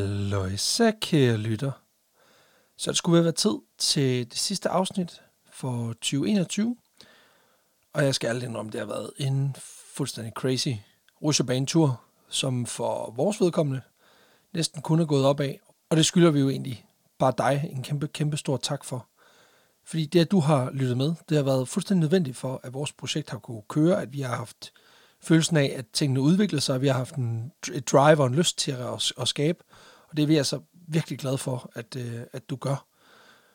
Halløjsa, kære lytter. Så det skulle være tid til det sidste afsnit for 2021. Og jeg skal ærligt indrømme, det har været en fuldstændig crazy rutsjebanetur, som for vores vedkommende næsten kun er gået op af. Og det skylder vi jo egentlig bare dig en kæmpe, kæmpe stor tak for. Fordi det, at du har lyttet med, det har været fuldstændig nødvendigt for, at vores projekt har kunne køre, at vi har haft følelsen af, at tingene udvikler sig, og vi har haft en, et drive og en lyst til at, at skabe. Og det er vi altså virkelig glade for, at, øh, at du gør.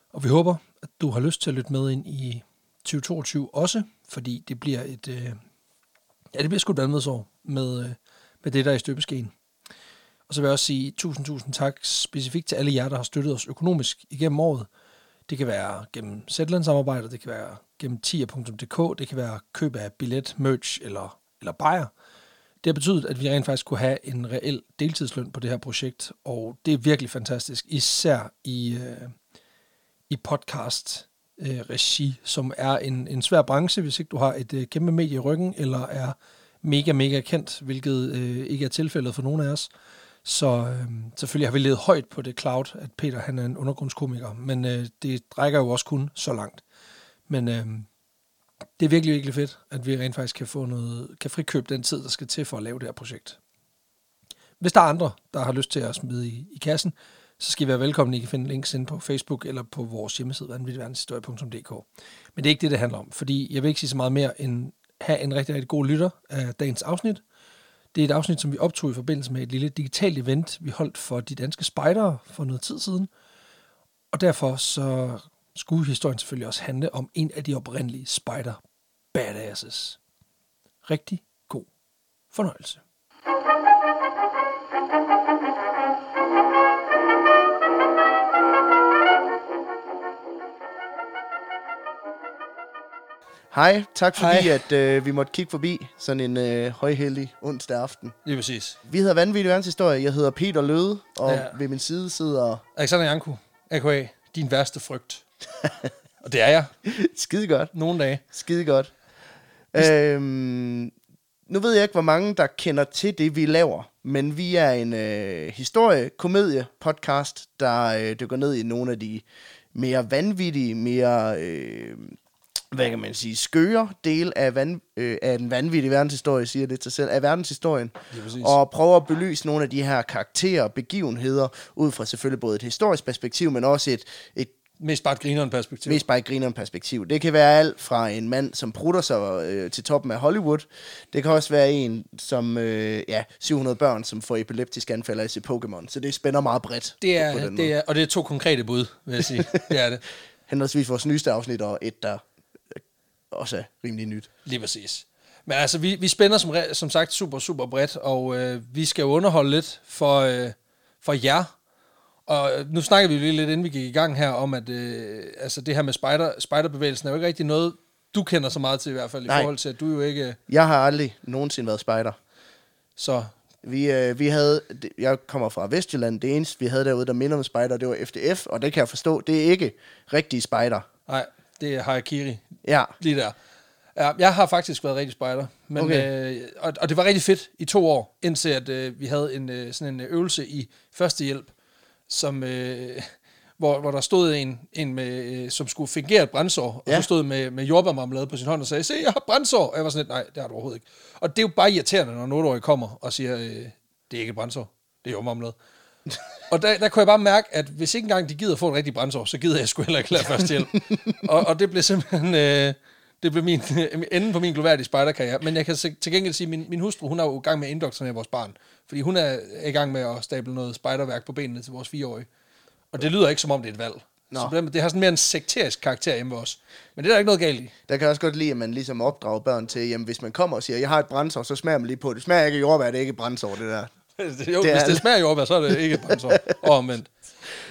Og vi håber, at du har lyst til at lytte med ind i 2022 også, fordi det bliver et... Øh, ja, det bliver sgu et vandmedsår med, øh, med det, der er i støbeskeen. Og så vil jeg også sige tusind, tusind tak specifikt til alle jer, der har støttet os økonomisk igennem året. Det kan være gennem Zetland-samarbejdet, det kan være gennem tier.dk, det kan være køb af billet, merch eller, eller bajer. Det har betydet, at vi rent faktisk kunne have en reel deltidsløn på det her projekt, og det er virkelig fantastisk, især i, øh, i podcast-regi, øh, som er en, en svær branche, hvis ikke du har et øh, kæmpe medie i ryggen, eller er mega, mega kendt, hvilket øh, ikke er tilfældet for nogen af os. Så øh, selvfølgelig har vi levet højt på det cloud, at Peter han er en undergrundskomiker, men øh, det rækker jo også kun så langt. Men øh, det er virkelig, virkelig fedt, at vi rent faktisk kan, få noget, kan frikøbe den tid, der skal til for at lave det her projekt. Hvis der er andre, der har lyst til at smide i, i kassen, så skal I være velkommen. I kan finde links inde på Facebook eller på vores hjemmeside, vanvittigverdenshistorie.dk. Men det er ikke det, det handler om, fordi jeg vil ikke sige så meget mere end have en rigtig, rigtig god lytter af dagens afsnit. Det er et afsnit, som vi optog i forbindelse med et lille digitalt event, vi holdt for de danske spejdere for noget tid siden. Og derfor så skulle historien selvfølgelig også handle om en af de oprindelige spider badasses. Rigtig god fornøjelse. Hej, tak fordi Hej. Hej. at øh, vi måtte kigge forbi sådan en øh, højhellig onsdag aften. Lige præcis. Vi hedder Vanvittig Verdenshistorie. Jeg hedder Peter Løde, og Ja. ja. ved min side sidder Alexander Janku, a.k.a. din værste frygt. Og det er jeg skide godt. nogle dage. Skide godt. Øhm, nu ved jeg ikke, hvor mange, der kender til det, vi laver, men vi er en øh, historie-komedie-podcast, der øh, dykker ned i nogle af de mere vanvittige, mere, øh, hvad kan man sige, skøre dele af, van, øh, af den vanvittige verdenshistorie, siger det til selv, af verdenshistorien, Lige præcis. og prøver at belyse nogle af de her karakterer og begivenheder, ud fra selvfølgelig både et historisk perspektiv, men også et, et Mest bare et grineren perspektiv. Mest bare i grineren perspektiv. Det kan være alt fra en mand, som prutter sig øh, til toppen af Hollywood. Det kan også være en, som øh, ja, 700 børn, som får epileptisk anfald af at se Pokémon. Så det spænder meget bredt. Det på er, den det er, og det er to konkrete bud, vil jeg sige. Det er det. Henholdsvis vores nyeste afsnit og et, der øh, også er rimelig nyt. Lige præcis. Men altså, vi, vi spænder som, re- som sagt super, super bredt, og øh, vi skal jo underholde lidt for, øh, for jer. Og øh, nu snakker vi jo lige lidt, inden vi gik i gang her, om at øh, altså, det her med spider, spiderbevægelsen er jo ikke rigtig noget, du kender så meget til i hvert fald, i Nej. forhold til, at du jo ikke... øh, Jeg har aldrig nogensinde været spejder. Så Vi, øh, vi havde, det- jeg kommer fra Vestjylland, det eneste vi havde derude, der minder om spejder, det var FDF, og det kan jeg forstå, det er ikke rigtige spejder. nej, det er Harakiri Ja, lige der. Ja, jeg har faktisk været rigtig spejder, men, okay. Okay. øh, og, og det var rigtig fedt i to år, indtil at øh, vi havde en øh, sådan en øvelse i førstehjælp, som, øh, hvor, hvor der stod en, en med, øh, som skulle fingere et brændsår, og ja. Ja. så stod med, med jordbærmarmelade på sin hånd og sagde, se, jeg har brændsår. Og jeg var sådan lidt, nej, det har du overhovedet ikke. Og det er jo bare irriterende, når en 8 kommer og siger, øh, det er ikke et brændsår, det er jordbærmarmelade. Og der, der kunne jeg bare mærke, at hvis ikke engang de gider få en rigtig brændsår, så gider jeg sgu heller ikke lade førstehjælp. og, og det blev simpelthen... Øh, det blev min, øh, enden på min gloværdige spejderkarriere. Men jeg kan se- til gengæld sige, at min, min hustru, hun er jo i gang med at indoktrinere vores barn. Fordi hun er i gang med at stable noget spejderværk på benene til vores fireårige. Og det lyder ikke, som om det er et valg. Nå. Nå. Så på den måde- det har sådan mere en sekterisk karakter hjemme ved os. Men det er der ikke noget galt i. Der kan jeg også godt lide, at man ligesom opdrager børn til, jamen hvis man kommer og siger, jeg har et brændsår, så smager man lige på det. Det smager ikke af jordbær, det er ikke et brændsår, det der. jo, det Det er hvis det alt. smager jordbær, så er det ikke et brændsår. Og omvendt.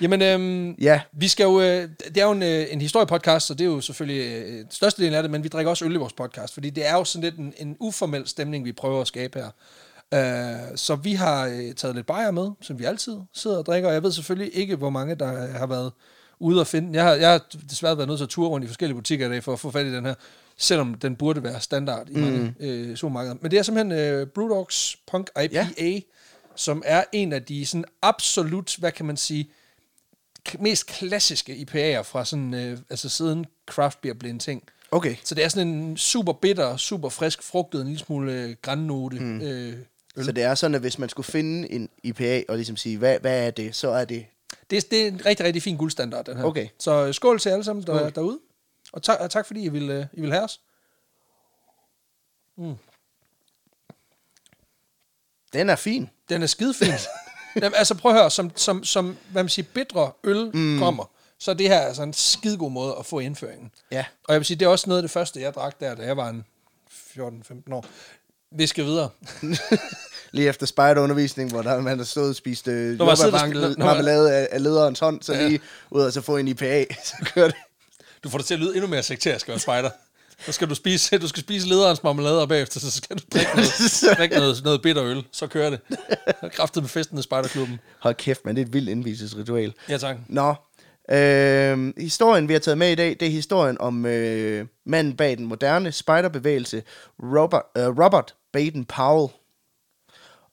Jamen, øhm, Ja, Vi skal jo, øh, det er jo en, øh, en historiepodcast, så det er jo selvfølgelig øh, størstedelen af det, men vi drikker også øl i vores podcast, fordi det er jo sådan lidt en, en uformel stemning, vi prøver at skabe her. Øh, så vi har øh, taget lidt bajer med, som vi altid sidder og drikker, og jeg ved selvfølgelig ikke, hvor mange der øh, har været ude og finde den. Jeg har, jeg har desværre været nødt til at ture rundt i forskellige butikker i dag for at få fat i den her, selvom den burde være standard i mange mm. øh, supermarkeder. Men det er simpelthen øh, Brewdogs Punk IPA, ja. som er en af de sådan absolut, hvad kan man sige, k- mest klassiske IPA'er fra sådan, øh, altså siden craft beer blev en ting. Okay. Så det er sådan en super bitter, super frisk, frugtet, en lille smule øh, grænnote. Mm. Øh, Så det er sådan, at hvis man skulle finde en IPA og ligesom sige, hvad, hvad er det, så er det... det, er- det er en rigtig, rigtig fin guldstandard, den her. Okay. Så øh, skål til alle sammen der, derude. Og, tak, og tak, fordi I vil, øh, I vil have os. Den er fin. Den er skidefin. Jamen, altså prøv at høre, som, som, som hvad man siger, bedre øl mm. kommer, så er det her er altså en skidegod måde at få indføringen. Ja. Og jeg vil sige, det er også noget af det første, jeg drak der, da jeg var en 14-15 år. Vi skal videre. Lige efter spejderundervisning, hvor der man har stået og spist øh, Når man sidder og sp- jordbærvankel- når man- marmelade af, af lederens hånd, så lige ud og så få en IPA, så kører det. Du får det til at lyde endnu mere sekterisk, at spejder. Så skal du spise, du skal spise lederens marmelade, og bagefter så skal du drikke noget, drikke noget, noget bitter øl. Så kører det. Kræftet med festen i spejderklubben. Hold kæft, man, det er et vildt indviselsesritual. Ja, tak. Nå, øh, historien vi har taget med i dag, det er historien om øh, manden bag den moderne spejderbevægelse, Robert, øh, Robert Baden-Powell.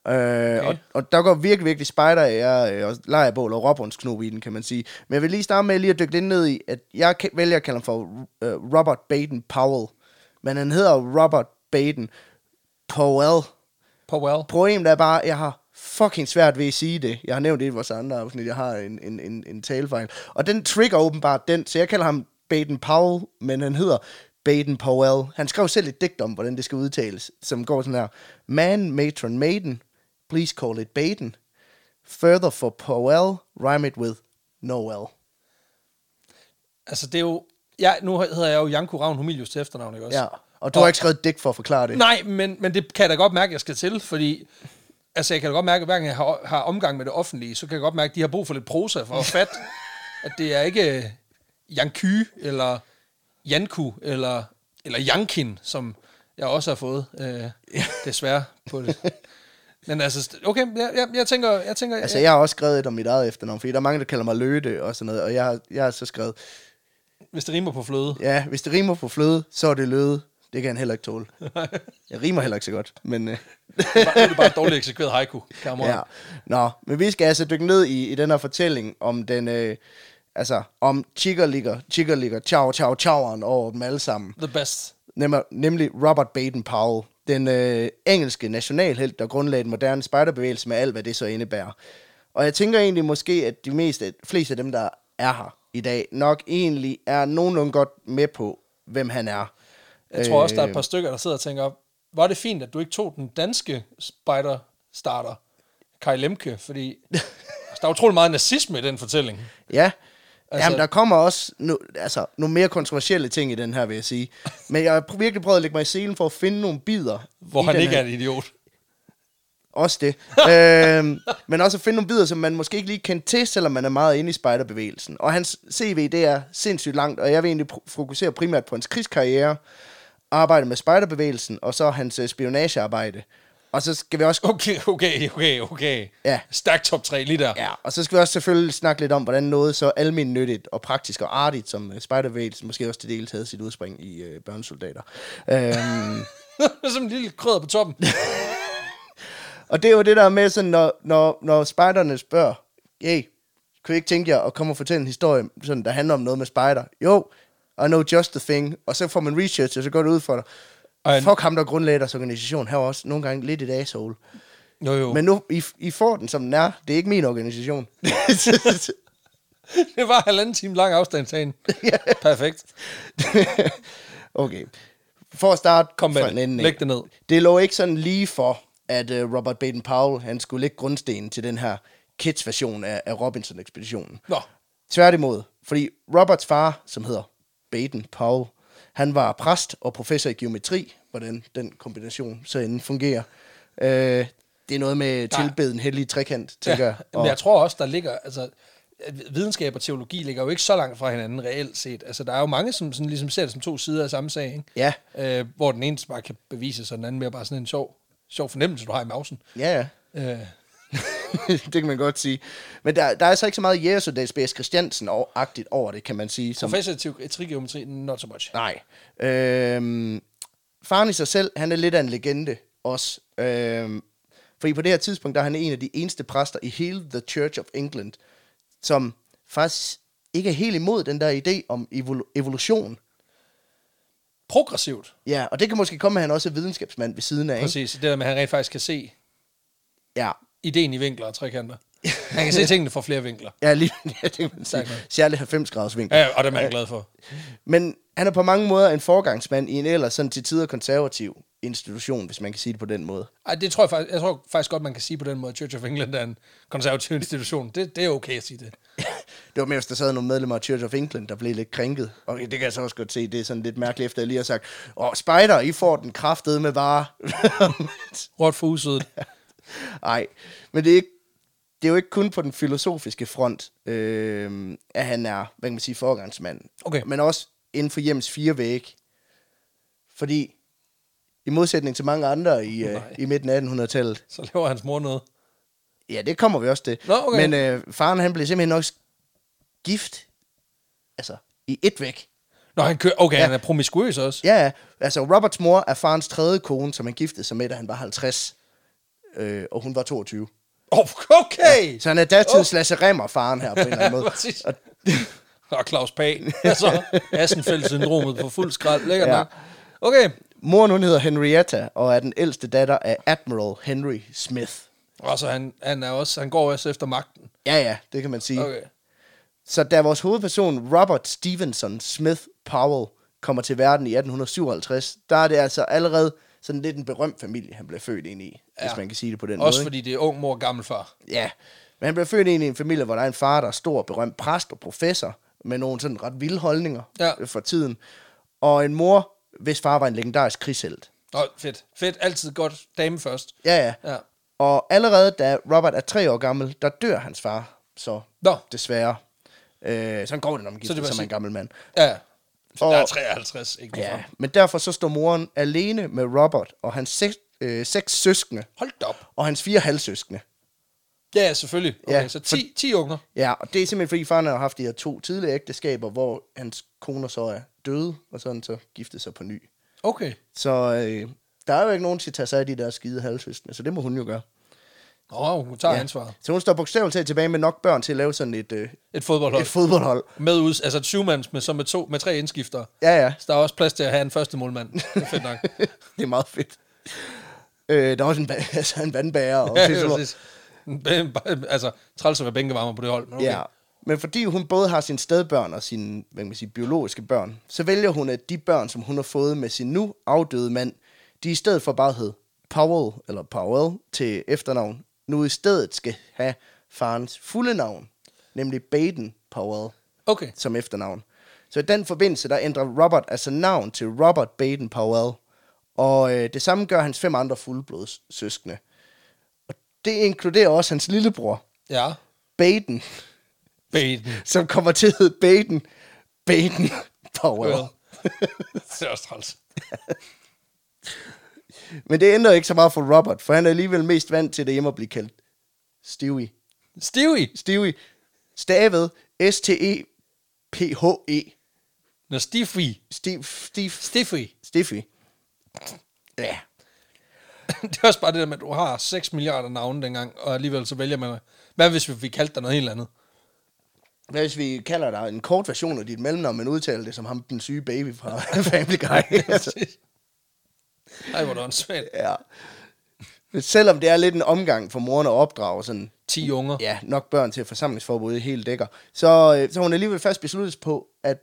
Øh, okay. og, og der går virkelig, virkelig spejder jeg øh, og lejebål og råbåndsknob i den, kan man sige. Men jeg vil lige starte med lige at dykke lidt ned i, at jeg kan- vælger at kalde ham for øh, Robert Baden-Powell. Men han hedder Robert Baden-Powell. Powell. Problemet er bare, at jeg har fucking svært ved at sige det. Jeg har nævnt det i vores andre afsnit, jeg har en, en, en, en talefejl. Og den trigger åbenbart den, så jeg kalder ham Baden Powell, men han hedder Baden Powell. Han skrev selv et digt om, hvordan det skal udtales, som går sådan her. Man, matron, maiden, please call it Baden. Further for Powell, rhyme it with Noel. Altså, det er jo... Ja, nu hedder jeg jo Janko Ravn Humilius til efternavn, ikke også? Ja, og du har ikke skrevet et digt for at forklare det. Nej, men, men det kan jeg da godt mærke, at jeg skal til, fordi... Altså, jeg kan da godt mærke, at hver gang jeg har, har omgang med det offentlige, så kan jeg godt mærke, at de har brug for lidt prosa for at fatte, at det er ikke øh, Janky, eller Janku, eller, eller Jankin, som jeg også har fået, øh, desværre. På det. Men altså, okay, jeg, jeg, jeg tænker... Jeg tænker Altså, jeg har også skrevet et om mit eget efternavn, fordi der er mange, der kalder mig Løde og sådan noget, og jeg har, jeg har så skrevet, Hvis det rimer på fløde. Ja, hvis det rimer på fløde, så er det løde. Det kan han heller ikke tåle. Jeg rimer heller ikke så godt, men... Øh, Nu er det bare- nu er det bare et dårligt eksekveret haiku, kammerat. ja. Nå, men vi skal altså dykke ned i, i den her fortælling om den... Øh, altså, om chikkerligger, chikkerligger, chow, chow, choweren over dem alle sammen. The best. Nemmer, nemlig Robert Baden-Powell, den øh, engelske nationalhelt, der grundlagde den moderne spejderbevægelse med alt, hvad det så indebærer. Og jeg tænker egentlig måske, at de meste, fleste af dem, der er her i dag, nok egentlig er nogenlunde godt med på, hvem han er. Jeg tror også, der er Øh. et par stykker, der sidder og tænker, var det fint, at du ikke tog den danske spider-starter, Kai Lemke, fordi altså, der er utrolig meget nazisme i den fortælling. Ja. Altså, Altså- Jamen, der kommer også no, altså, nogle mere kontroversielle ting i den her, vil jeg sige. Men jeg har pr- virkelig prøvet at lægge mig i selen for at finde nogle bidder. Hvor i han den ikke her. er en idiot. Også det. øhm, men også at finde nogle bidder, som man måske ikke lige kendte til, selvom man er meget inde i spejderbevægelsen. Og hans CV, det er sindssygt langt, og jeg vil egentlig pr- fokusere primært på hans krigskarriere, arbejde med spejderbevægelsen, og så hans øh, spionagearbejde. Og så skal vi også Okay, okay, okay, okay. Ja. Stærk top 3 lige der. Ja, og så skal vi også selvfølgelig snakke lidt om, hvordan noget så almindeligt og praktisk og artigt, som øh, spejderbevægelsen måske også til dels havde sit udspring i øh, børnesoldater. Øhm, Som en lille krødder på toppen. og det er jo det der med, sådan, når, når, når spejderne spørger, hey, kunne I ikke tænke jer at komme og fortælle en historie, sådan, der handler om noget med spejder? Jo, I know just the thing. Og så får man research, og så går det ud for dig. Og en- Fuck ham, der grundlagde deres organisation. Her også nogle gange lidt et asshole. Jo, jo. Men... Men nu, I, I får den, som den er. Det er ikke min organisation. Det var halvanden time lang afstandstagen. Perfekt. okay. For at starte Kom med fra det. en ende af. Læg det ned. Det lå ikke sådan lige for, at uh, Robert Baden-Powell han skulle lægge grundstenen til den her kids-version af, af Robinson-ekspeditionen. Nå. Tværtimod, fordi Roberts far, som hedder Baden-Powell, han var præst og professor i geometri, hvordan den kombination så inden fungerer. Uh, det er noget med tilbeden hellig trekant, tænker jeg. Men jeg tror også, der ligger, altså, at videnskab og teologi ligger jo ikke så langt fra hinanden reelt set. Altså, der er jo mange, som sådan, ligesom ser det som to sider af samme sag, ikke? Ja. Øh, hvor den ene bare kan bevise sig, og den anden mere bare sådan en sjov, sjov fornemmelse, du har i mausen. Ja, ja. Øh, det kan man godt sige. Men der, der er så ikke så meget Jesus B.S. Christiansen-agtigt over det, kan man sige. Som, professor i teori- trigeometri, not so much. Nej. Øhm, faren i sig selv, han er lidt af en legende også. Øhm, Fordi på det her tidspunkt, der er han en af de eneste præster i hele The Church of England, som faktisk ikke er helt imod den der idé om evol- evolution. Progressivt. Ja, og det kan måske komme, at han også er videnskabsmand ved siden af. Ikke? Præcis. Det der med, at han rent faktisk kan se Ja, ideen i vinkler og trekanter. Han kan se tingene fra flere vinkler. ja lige ja, det kan man sige. Tak, man. Særlig 90 graders vinkel. Ja, og det er man glad for. Men han er på mange måder en forgangsmand i en ellers sådan til tider konservativ institution, hvis man kan sige det på den måde. Ej, det tror jeg, faktisk, jeg tror faktisk godt, man kan sige på den måde, at Church of England er en konservativ institution. Det, det er okay at sige det. Det var mere, hvis der sad nogle medlemmer af Church of England, der blev lidt krænket. Og det kan jeg så også godt se, det er sådan lidt mærkeligt, efter jeg lige har sagt, åh, spider, I får den kraftede med vare. Råt for usødet. Nej, men det er, ikke, det er jo ikke kun på den filosofiske front, øh, at han er, hvad kan man sige, forgangsmand. Okay. Men også inden for hjems fire væg. Fordi, i modsætning til mange andre i, øh, Nej. i midten af 1800-tallet, Så laver hans mor noget. Ja, det kommer vi også til. Nå, okay. Men øh, faren, han blev simpelthen også gift. Altså, i et væk. Nå, han kører. Okay, ja. han er promiskuøs også. Ja, ja. altså Roberts mor er farens tredje kone, som han giftede sig med, da han var 50. Øh, og hun var 22. Oh, okay! Så han er datids oh. Lasse Remmer, faren her, på en eller anden måde. Præcis. Og Claus Pag. Altså, Assenfeldt-syndromet på fuld skrald. Lækker Ja. ja. nok. Okay. Moren, hun hedder Henrietta, og er den ældste datter af Admiral Henry Smith. Og så han, han, er også, han går også efter magten. Ja, ja, det kan man sige. Okay. Så da vores hovedperson Robert Stevenson Smith Powell kommer til verden i 1857, der er det altså allerede sådan lidt en berømt familie, han blev født ind i, ja. hvis man kan sige det på den Også måde. fordi det er ung mor og gammel far. ikke? Ja, men han blev født ind i en familie, hvor der er en far, der er stor berømt præst og professor, med nogle sådan ret vilde holdninger Ja. øh, for tiden, og en mor, hvis far var en legendarisk krigshelt. Nå, fedt. Fedt. Altid godt. Dame først. Ja, ja. Ja. Og allerede da Robert er tre år gammel, der dør hans far, så Nå. desværre. Øh, sådan går det, når man Så det giver var som sig- en gammel mand. Ja. Så der er Og- 53, ikke Ja, ja. men derfor så står moren alene med Robert og hans seks, øh, seks søskende Hold da op. og hans fire halvsøskende. Ja, selvfølgelig. Okay, Ja, ja, så 10, 10 unger. Ja, og det er simpelthen fordi faren har haft de her to tidligere ægteskaber, hvor hans koner så er døde, og sådan så giftede sig på ny. Okay. Så øh, der er jo ikke nogen til at tage sig af de der skide halvsøskende, så det må hun jo gøre. Nå, hun tager ja. ansvaret. Så hun står bogstaveligt talt tilbage med nok børn til at lave sådan et, øh, Et fodboldhold. et fodboldhold. med ud, altså et syvmands med, som med, to, med tre indskifter. Ja, ja, Så der er også plads til at have en første målmand. Det er fedt nok. det er meget fedt. Øh, der er også en, ba- altså en vandbærer. Og ja, det fysio- er præcis. Bæ- bæ- altså, træls at være bænkevarmer på det hold. Men okay. Ja, men fordi hun både har sine stedbørn og sine hvad kan man sige, biologiske børn, så vælger hun, at de børn, som hun har fået med sin nu afdøde mand, de i stedet for bare hed Powell, eller Powell til efternavn, nu i stedet skal have farens fulde navn, nemlig Baden Powell okay. som efternavn. Så i den forbindelse, der ændrer Robert altså navn til Robert Baden Powell, og øh, det samme gør hans fem andre fuldblods søskende. Og det inkluderer også hans lillebror, Ja. Baden, Baden. som kommer til at hedde Baden. Baden Powell. Well. det er også træls. Men det ændrer ikke så meget for Robert, for han er alligevel mest vant til det hjemme at blive kaldt Stewie. Stewie. Stewie. Stavet E S-T-E-P-H-E. Nå, Stiffy. E. Steve, Steve, Stiffy. Stiffy. Ja. det er også bare det der med, at du har 6 milliarder navne dengang, og alligevel så vælger man, hvad hvis vi- vi kaldte dig noget helt andet? Hvad hvis vi kalder dig en kort version af dit mellemnavn, men udtaler det som ham, den syge baby fra Family Guy? altså, Ej, hvor er det åndssvagt. ja. Men Selvom det er lidt en omgang for moren at opdrage sådan 10 unger. ja, nok børn til at forsamlingsforbuddet helt dækker. Så, øh, så hun er alligevel fast besluttet på, at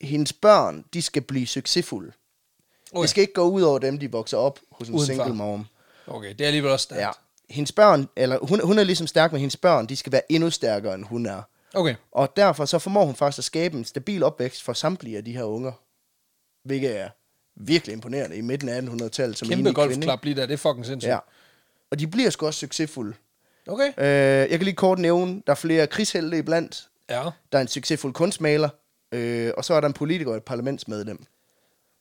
hendes børn, de skal blive succesfulde. Okay. Okay. Det skal ikke gå ud over dem, de vokser op hos en Uden single far. mom. Okay, det er alligevel også stærkt. Ja. Hendes børn, eller hun, hun er ligesom stærk, men hendes børn, de skal være endnu stærkere, end hun er. Okay, Og derfor så formår hun faktisk at skabe en stabil opvækst for samtlige af de her unger. Hvilket er virkelig imponerende i midten af 1800-tallet som kæmpe enlig kvinde, golfklap lige der, det er fucking ikke? sindssygt. Ja. Og de bliver sgu også succesfulde. Okay, Øh, jeg kan lige kort nævne, der er flere krigshelte iblandt. ja. Der er en succesfuld kunstmaler, øh, og så er der en politiker og et parlamentsmedlem.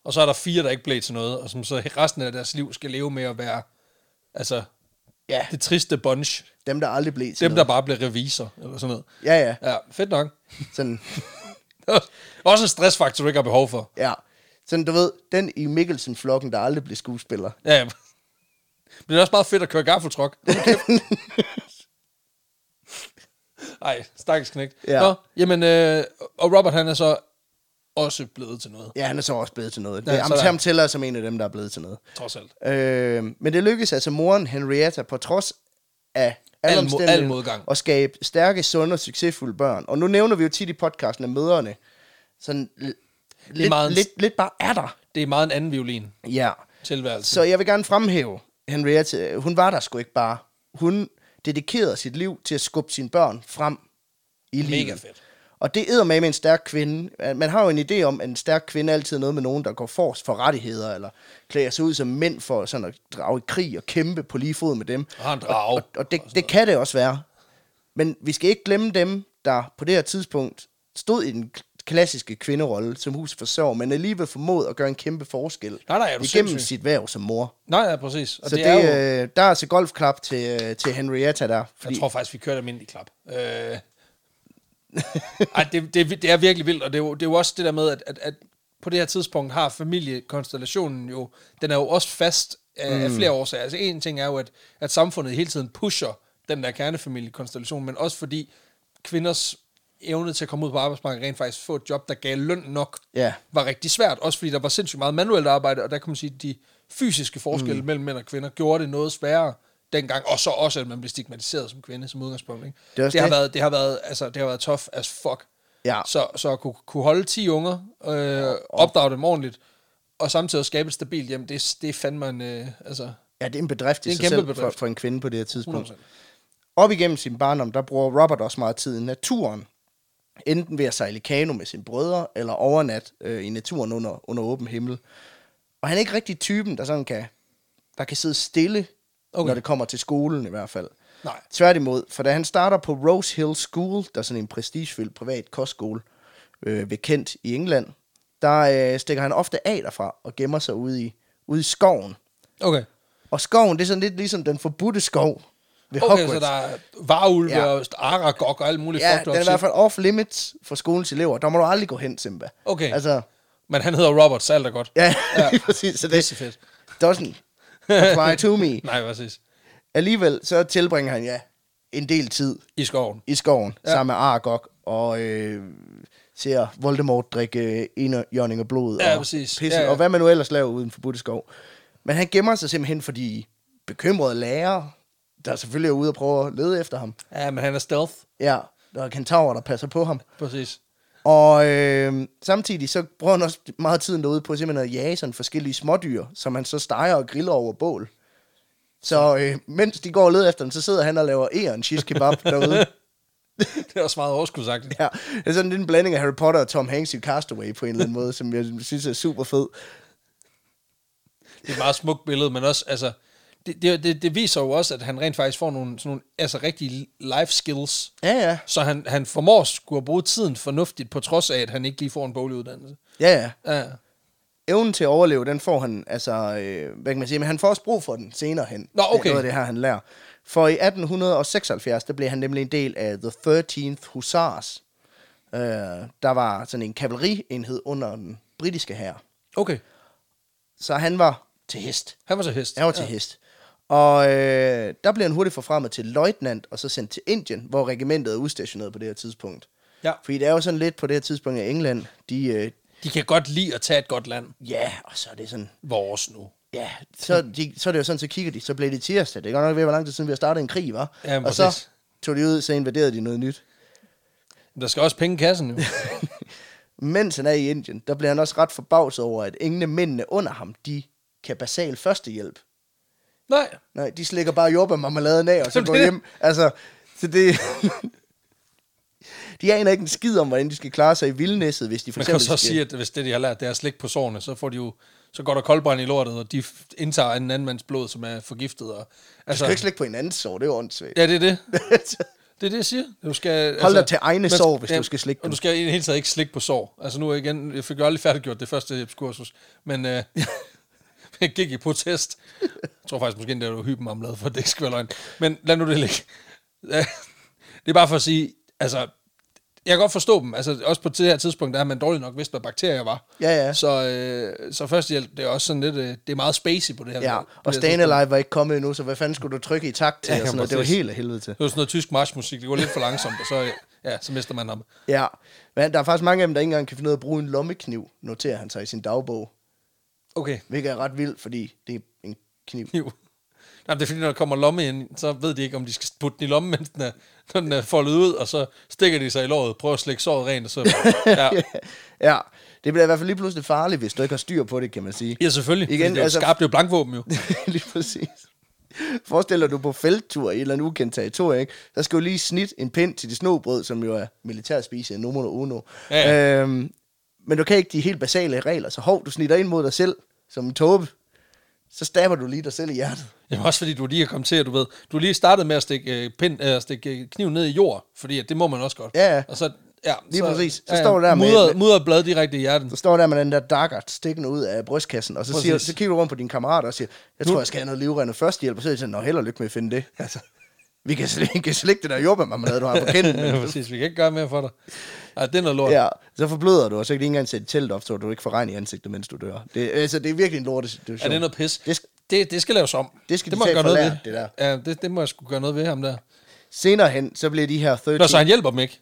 Og så er der fire, der ikke blev til noget, og som så resten af deres liv skal leve med at være, altså, Ja. det triste bunch. Dem, der aldrig blev til Dem, der noget. bare blev revisor, eller sådan noget. Ja, ja. Ja, fedt nok. Sådan, også en stressfaktor, du ikke har behov for. ja. Sådan, du ved, den i Mikkelsen-flokken, der aldrig blev skuespiller. Ja, ja. Men det er også bare fedt at køre gaffeltruck. Hold kæft. Ej, stakkels knægt. Ja. Ja. Nå, jamen, øh, og Robert han er så også blevet til noget, Ja, han er så også blevet til noget. Ja, Ja, sådan. Ham tæller jeg som en af dem, der er blevet til noget. trods alt. Øh, men det lykkedes altså moren Henrietta på trods af Al al, mo- omstændigheder al modgang. at skabe stærke, sunde og succesfulde børn. Og nu nævner vi jo tit i podcasten, at møderne sådan l- lidt, meget en- lidt, lidt bare er der. Det er meget en anden violin Ja. tilværelse. Så jeg vil gerne fremhæve Henrietta. Hun var der sgu ikke bare. Hun dedikerede sit liv til at skubbe sine børn frem i livet. Mega fedt. Og det æder med en stærk kvinde. Man har jo en idé om, at en stærk kvinde er altid noget med nogen, der går forrest for rettigheder, eller klæder sig ud som mænd for sådan at drage i krig og kæmpe på lige fod med dem. Og har en drage. Og, og det, det kan det også være. Men vi skal ikke glemme dem, der på det her tidspunkt stod i den klassiske kvinderolle som husforsørger, men alligevel formåede at gøre en kæmpe forskel Nej, nej, er du igennem sindssyg? sit værv som mor. Nej, ja, præcis. Og Så det, det, er jo, det, øh, der er altså golfklap til, øh, til Henrietta der. Fordi, jeg tror faktisk, vi kørte almindelig klap. Øh, ej, det, det, det er virkelig vildt, og det er, jo, det er jo også det der med, at, at, at på det her tidspunkt har familiekonstellationen jo, den er jo også fast af, mm. af flere årsager. Altså en ting er jo, at, at samfundet hele tiden pusher den der kernefamiliekonstellation, men også fordi kvinders evne til at komme ud på arbejdsmarkedet rent faktisk få et job, der gav løn nok, Ja. var rigtig svært, også fordi der var sindssygt meget manuelt arbejde, og der kan man sige, at de fysiske forskelle mm. mellem mænd og kvinder gjorde det noget sværere dengang, og så også, at man blev stigmatiseret som kvinde som udgangspunkt. Ikke? Det er også det, har det. været, det, har været, altså, det har været tough as fuck. Ja. Så, så at kunne, kunne holde 10 unger, øh, opdrage dem ordentligt, og samtidig også skabe et stabilt hjem, det, det er fandme en... Øh, altså, Ja, det er en bedrift i Det er en sig kæmpe selv bedrift. For, for en kvinde på det her tidspunkt. 100%. Op igennem sin barndom, der bruger Robert også meget tid i naturen. Enten ved at sejle kano med sine brødre, eller overnat øh, i naturen under, under åben himmel. Og han er ikke rigtig typen, der sådan kan, der kan sidde stille, okay. Okay. når det kommer til skolen i hvert fald. Nej. Tværtimod, for da han starter på Rose Hill School, der er sådan en prestigefyldt privat kostskole øh, ved Kent i England, der øh, stikker han ofte af derfra og gemmer sig ude i, ude i skoven. Okay, Og skoven, det er sådan lidt ligesom den forbudte skov ved okay Hogwarts. så der er varulve Ja. ja. og aragog og alt muligt ja, fucked den up er i hvert shit. fald off-limits for skolens elever. Der må du aldrig gå hen, Simba. Okay. Altså, Men han hedder Robert, så alt er godt. ja, ja. præcis. Så Det er det fedt. doesn't apply to me. Nej, præcis. Alligevel, så tilbringer han, ja, en del tid I skoven. i skoven ja. sammen med Aragog og øh, ser Voldemort drikke øh, enhjørning og blod Ja, og præcis. pisse, Ja, ja. og hvad man nu ellers laver uden for Buddhist skov. Men han gemmer sig simpelthen for de bekymrede lærere, der selvfølgelig er ude og prøve at lede efter ham. Ja, men han er stealth. Ja, der er kentaurer, der passer på ham. Præcis. Og øh, samtidig så bruger han også meget tiden derude på simpelthen at jage sådan forskellige smådyr, som han så steger og griller over bål. Så øh, mens de går og leder efter den, så sidder han og laver æren shish kebab derude. Det er også meget overskudsagtigt. Ja, det er sådan lidt en blanding af Harry Potter og Tom Hanks i Castaway på en eller anden måde, som jeg synes er super fed. Det er et meget smukt billede, men også, altså, det, det, det, det viser jo også, at han rent faktisk får nogle, sådan nogle altså, rigtige life skills. Ja, ja. Så han, han formår skulle at bruge tiden fornuftigt, på trods af, at han ikke lige får en boglig uddannelse. Ja, ja. Ja, Evnen til at overleve, den får han, altså, øh, hvad kan man sige, men han får også brug for den senere hen. Nå, Det er okay. noget af det her, han lærer. For i 1876, der blev han nemlig en del af The 13th Hussars. Øh, der var sådan en kavalerienhed under den britiske hær. okay. Så han var til hest. Han var så hest. Han var til ja. hest. Og øh, der blev han hurtigt forfremmet til løjtnant, og så sendt til Indien, hvor regimentet er udstationeret på det her tidspunkt. Ja. Fordi det er jo sådan lidt på det her tidspunkt, at England, de, øh, De kan godt lide at tage et godt land. ja, og så er det sådan, Vores nu. ja, så, de, så er det jo sådan, så kigger de, så blev det tirsdag. Det er godt nok ved, hvor lang tid siden vi har startet en krig, var. Ja, men og så præcis. tog de ud, så invaderede de noget nyt. Men Der skal også penge i kassen, jo. Mens han er i Indien, der bliver han også ret forbavset over, at ingen af mændene under ham, de kan basal førstehjælp. Nej. Nej, de slikker bare jordbærmarmeladen af, og så Jamen, går det- hjem. Altså, så det... de aner ikke en skid om, hvordan de skal klare sig i vildnæsset, hvis de for Man kan jo eksempel så skal... sige, at hvis det, de har lært, det er slik på sårene, så får de jo så går der koldbrand i lortet, og de f- indtager en anden mands blod, som er forgiftet. Og, Du altså, skal ikke slikke på hinandens sår, det er jo åndssvagt. Ja, det er det. Det er det, jeg siger. Du skal, altså, Hold dig til egne man skal- sår, hvis du skal slikke Og dem. du skal i det hele taget ikke slikke på sår. Altså nu er jeg igen, jeg fik jo aldrig færdiggjort det første hjælpskursus, men øh, jeg gik i protest. Jeg tror faktisk måske, endda, det var hypermarmelade, for at det ikke skal være løgn. Men lad nu det ligge. Øh, Det er bare for at sige, altså, jeg kan godt forstå dem. Altså, også på det her tidspunkt, der har man dårligt nok vidst, hvad bakterier var. Ja, ja. Så, øh, så førstehjælp, det er også sådan lidt, øh, det er meget spacey på det her. Ja, på Altså, det her og Stan tidspunkt. Alive var ikke kommet endnu, så hvad fanden skulle du trykke i takt til? Ja, Ja, og sådan noget. Det var præcis. helt af helvede til. Det var sådan noget tysk marchmusik, det går lidt for langsomt, og så, øh, ja, så mister man ham. Ja, men der er faktisk mange af dem, der ikke engang kan finde ud af at bruge en lommekniv, noterer han sig i sin dagbog. Okay, Hvilket er ret vildt, fordi det er en kniv. kniv. Nej, men det er fordi, når der kommer lomme ind, så ved de ikke, om de skal putte den i lommen, mens den er, når den er foldet ud, og så stikker de sig i låret, prøver at slække såret rent, og så... Ja, ja, det bliver i hvert fald lige pludselig farligt, hvis du ikke har styr på det, kan man sige. ja selvfølgelig. Igen, Igen, det er jo altså- altså... skarpt, det er jo blankvåben jo. lige præcis. Forestil dig, du er på felttur i et eller andet ukendt territorie, ikke? så skal du lige snit en pind til dit snobrød, som jo er militærspise, nummer uno. Ja, ja. Øhm, men du kan ikke de helt basale regler, så hov, du snitter ind mod dig selv som en tåbe, så stabber du lige dig selv i hjertet. Jamen også fordi du lige er kommet til, at du ved, du lige startede med at stikke, øh, pind, øh, stikke øh, kniven ned i jord, fordi at det må man også godt. Ja, ja. Og så, ja, Lige præcis. Så står du der med- mudder, mudder blad direkte i hjertet. Så står der med den der daggert stikkende ud af brystkassen, og så, siger, Præcis. så kigger du rundt på dine kammerater og siger, jeg tror, jeg skal have noget livrende førstehjælp, og så er jeg sådan, nå, held og lykke med at finde det. Altså. Vi kan slet ikke slikke det der jordbærmarmelade, du har på kinden. ja, præcis, vi kan ikke gøre mere for dig. Ej, det er noget lort. Ja, så forbløder du, og så kan de ikke engang sætte telt op, så du ikke får regn i ansigtet, mens du dør. Det, altså, det er virkelig en lorte Er situation. det noget pis? Det Det, sk- det, det skal laves om. Det skal de må jeg gøre tage for noget lært, ved. Ja, det, det må jeg sgu gøre noget ved ham der. Senere hen, så bliver de her 13... Nå, så han hjælper dem ikke?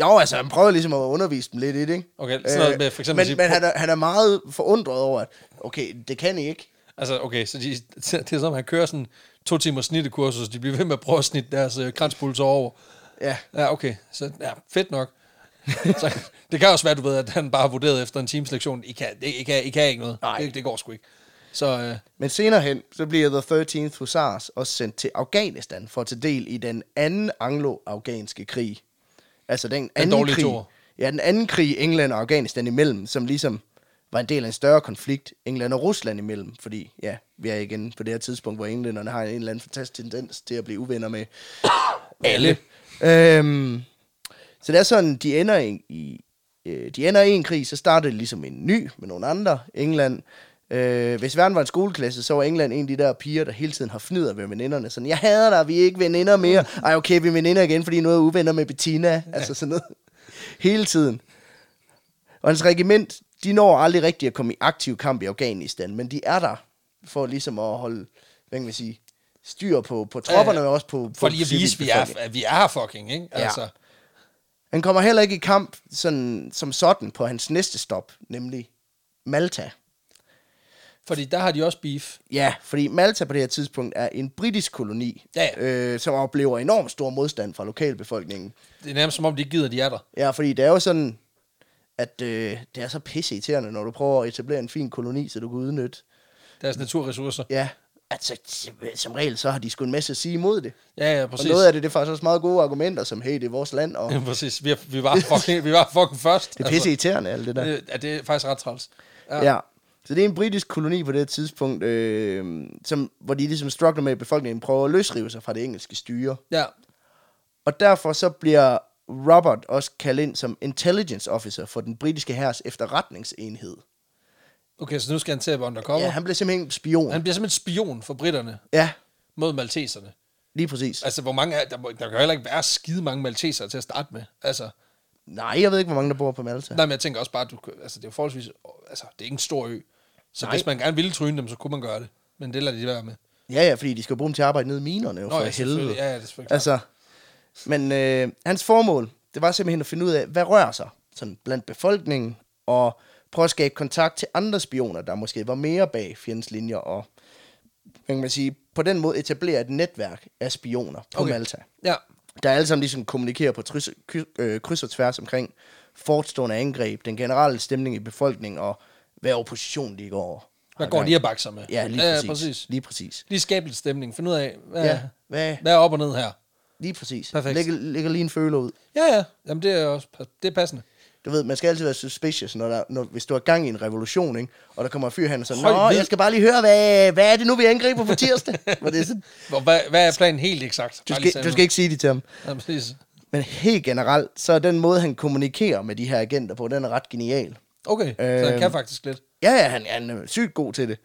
Jo, altså, han prøver ligesom at undervise dem lidt i det, ikke? Øh, Okay, sådan noget med for eksempel men, at sige- men han, er, han er meget forundret over, at okay, det kan I ikke. Altså, okay, så de, det er som, han kører sådan to timers snittekursus, de bliver ved med at prøve at snitte deres øh, kranspulser over. Ja, Ja, okay, så ja, fedt nok. så, det kan også være, du ved, at han bare har vurderet efter en times lektion, I kan, det, I kan, I kan ikke noget. Nej. Det, det går sgu ikke. Så øh, men senere hen, så bliver The 13th Hussars også sendt til Afghanistan for at tage del i den anden anglo-afghanske krig. Altså den anden dårlige krig. toer. Ja, den anden krig, England og Afghanistan imellem, som ligesom var en del af en større konflikt, England og Rusland imellem, fordi ja, vi er igen på det her tidspunkt, hvor englænderne har en eller anden fantastisk tendens til at blive uvenner med alle. Øhm, så det er sådan, de ender i, i øh, de ender i en krig, så starter det ligesom en ny med nogle andre, England. Øh, hvis verden var en skoleklasse, så var England en af de der piger, der hele tiden har fnider ved veninderne. Sådan, jeg hader dig, vi er ikke veninder mere. Mm. Ej, okay, vi er veninder igen, fordi nu er jeg uvenner med Bettina. Altså sådan noget. Hele tiden. Og hans regiment, de når aldrig rigtigt at komme i aktiv kamp i Afghanistan, men de er der for ligesom at holde, hvad kan man sige, styr på, på tropperne, Ja, og også på, på For lige at vise, vi er, civilbefolkningen. at vi er her fucking, ikke? Ja. Altså, Han kommer heller ikke i kamp sådan, som sådan på hans næste stop, nemlig Malta. fordi der har de også beef. Ja, fordi Malta på det her tidspunkt er en britisk koloni, Ja, ja. Øh, som oplever enormt stor modstand fra lokalbefolkningen. Det er nærmest som om, de ikke gider, de er der. Ja, fordi det er jo sådan, at øh, det er så pisseirriterende, når du prøver at etablere en fin koloni, så du kan udnytte. Deres naturressourcer. Ja, altså som regel, så har de sgu en masse at sige imod det. Ja, ja, Præcis. præcis. Og noget af det, det er faktisk også meget gode argumenter, som hey, det er vores land, og Ja, præcis. Vi, er- vi, var fucking, vi var fucking først. det er pisseirriterende, alt det der. Altså, det, ja, det er faktisk ret træls. Ja. Ja. Så det er en britisk koloni på det her tidspunkt, øh, som, hvor de ligesom struggler med, at befolkningen prøver at løsrive sig fra det engelske styre. ja. Og derfor så bliver Robert også kaldt ind som intelligence officer for den britiske hærs efterretningsenhed. Okay, så nu skal han til at være undercover. Ja, han bliver simpelthen spion. Han bliver simpelthen spion for britterne Ja, mod malteserne. lige præcis. Altså, hvor mange er, der, må- der kan jo heller ikke være skide mange maltesere til at starte med. Altså, Nej, jeg ved ikke, hvor mange der bor på Malta. nej, men jeg tænker også bare, at du, kan- altså, det er jo forholdsvis, altså, det er ikke en stor ø. Så Nej. nej. hvis man gerne ville tryne dem, så kunne man gøre det. Men det lader de være med. Ja, ja, fordi de skal bruge dem til at arbejde nede i minerne, jo, for ja, selvfølgelig. helvede. Ja, ja, det er selvfølgelig. Altså, Altså, men øh, hans formål, det var simpelthen at finde ud af, hvad rører sig sådan blandt befolkningen, og prøve at skabe kontakt til andre spioner, der måske var mere bag fjendens linjer, og man kan man sige, på den måde etablere et netværk af spioner på okay. Okay. Malta. ja. Der alle sammen ligesom kommunikerer på tryds, ky, øh, kryds og tværs omkring fortstående angreb, den generelle stemning i befolkningen, og hvad oppositionen ligger over. Hvad går de at bakke sig med? Ja, lige præcis. Ja, præcis. Lige præcis. Lige skabe lidt stemning. Find ud af, hvad, Ja, ja. hvad, hvad er op og ned her? lige præcis. Perfekt. Lægger, lægger lige en føler ud. Ja, ja. Jamen, det er også det er passende. Du ved, man skal altid være suspicious, når der, når, hvis du har gang i en revolution, ikke? og der kommer en fyr hen og så, Nå, Høj ved- jeg skal bare lige høre, hvad, hvad er det nu, vi angriber på tirsdag? Hvor det er sådan, Hvor- Hvad, hvad er planen helt eksakt? du, Bare lige skal, sådan du nu. skal ikke sige det til ham. Ja, præcis. Men helt generelt, så er den måde, han kommunikerer med de her agenter på, den er ret genial. Okay, øh, så Øhm, han kan faktisk lidt. Ja, ja, han, han er sygt god til det.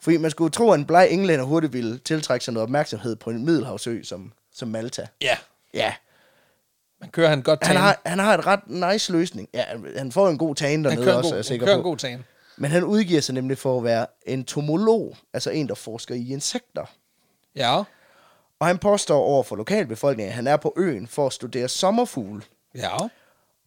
Fordi man skulle tro, at en bleg englænder hurtigt ville tiltrække sig noget opmærksomhed på en middelhavsø som, som Malta. Ja. Ja. Han kører han godt Han tan. har, han har et ret nice løsning. Ja, han får en god tan han dernede kører en også, god, er jeg han sikker kører på. en god tan. Men han udgiver sig nemlig for at være entomolog, altså en, der forsker i insekter. Ja, Og han påstår over for lokalbefolkningen, at han er på øen for at studere sommerfugle. ja.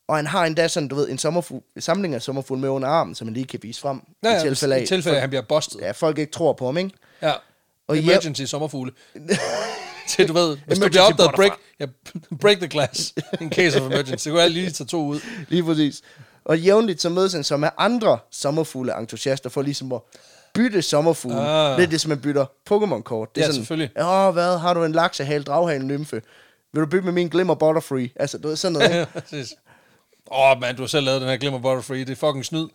Og han har endda sådan, du ved, en sommerfugl, samling af sommerfugle med under armen, som han lige kan vise frem. Nå, ja, i tilfælde af, i tilfælde af, at han bliver bustet. ja, folk ikke tror på ham, ikke? Ja. Og Og ja- Emergency sommerfugle. Til du ved, hvis du Emergency bliver opdaget, break, butterfly. ja, break the glass in case of emergency. Så kunne jeg lige tage to ud. Lige præcis. Og jævnligt så mødes han så med andre sommerfugleentusiaster for ligesom at bytte sommerfugle. Ah. Ah. Lidt ligesom man bytter Pokémon-kort. Det Ja, selvfølgelig. Åh, hvad? Har du en laksehale, draghale, nymfe? Vil du bytte med min glimmer butterfree? Altså, du ved, sådan noget. ikke? Ja, præcis. Åh, oh, mand, du har selv lavet den her Glimmer Butterfree. Det er fucking snyd.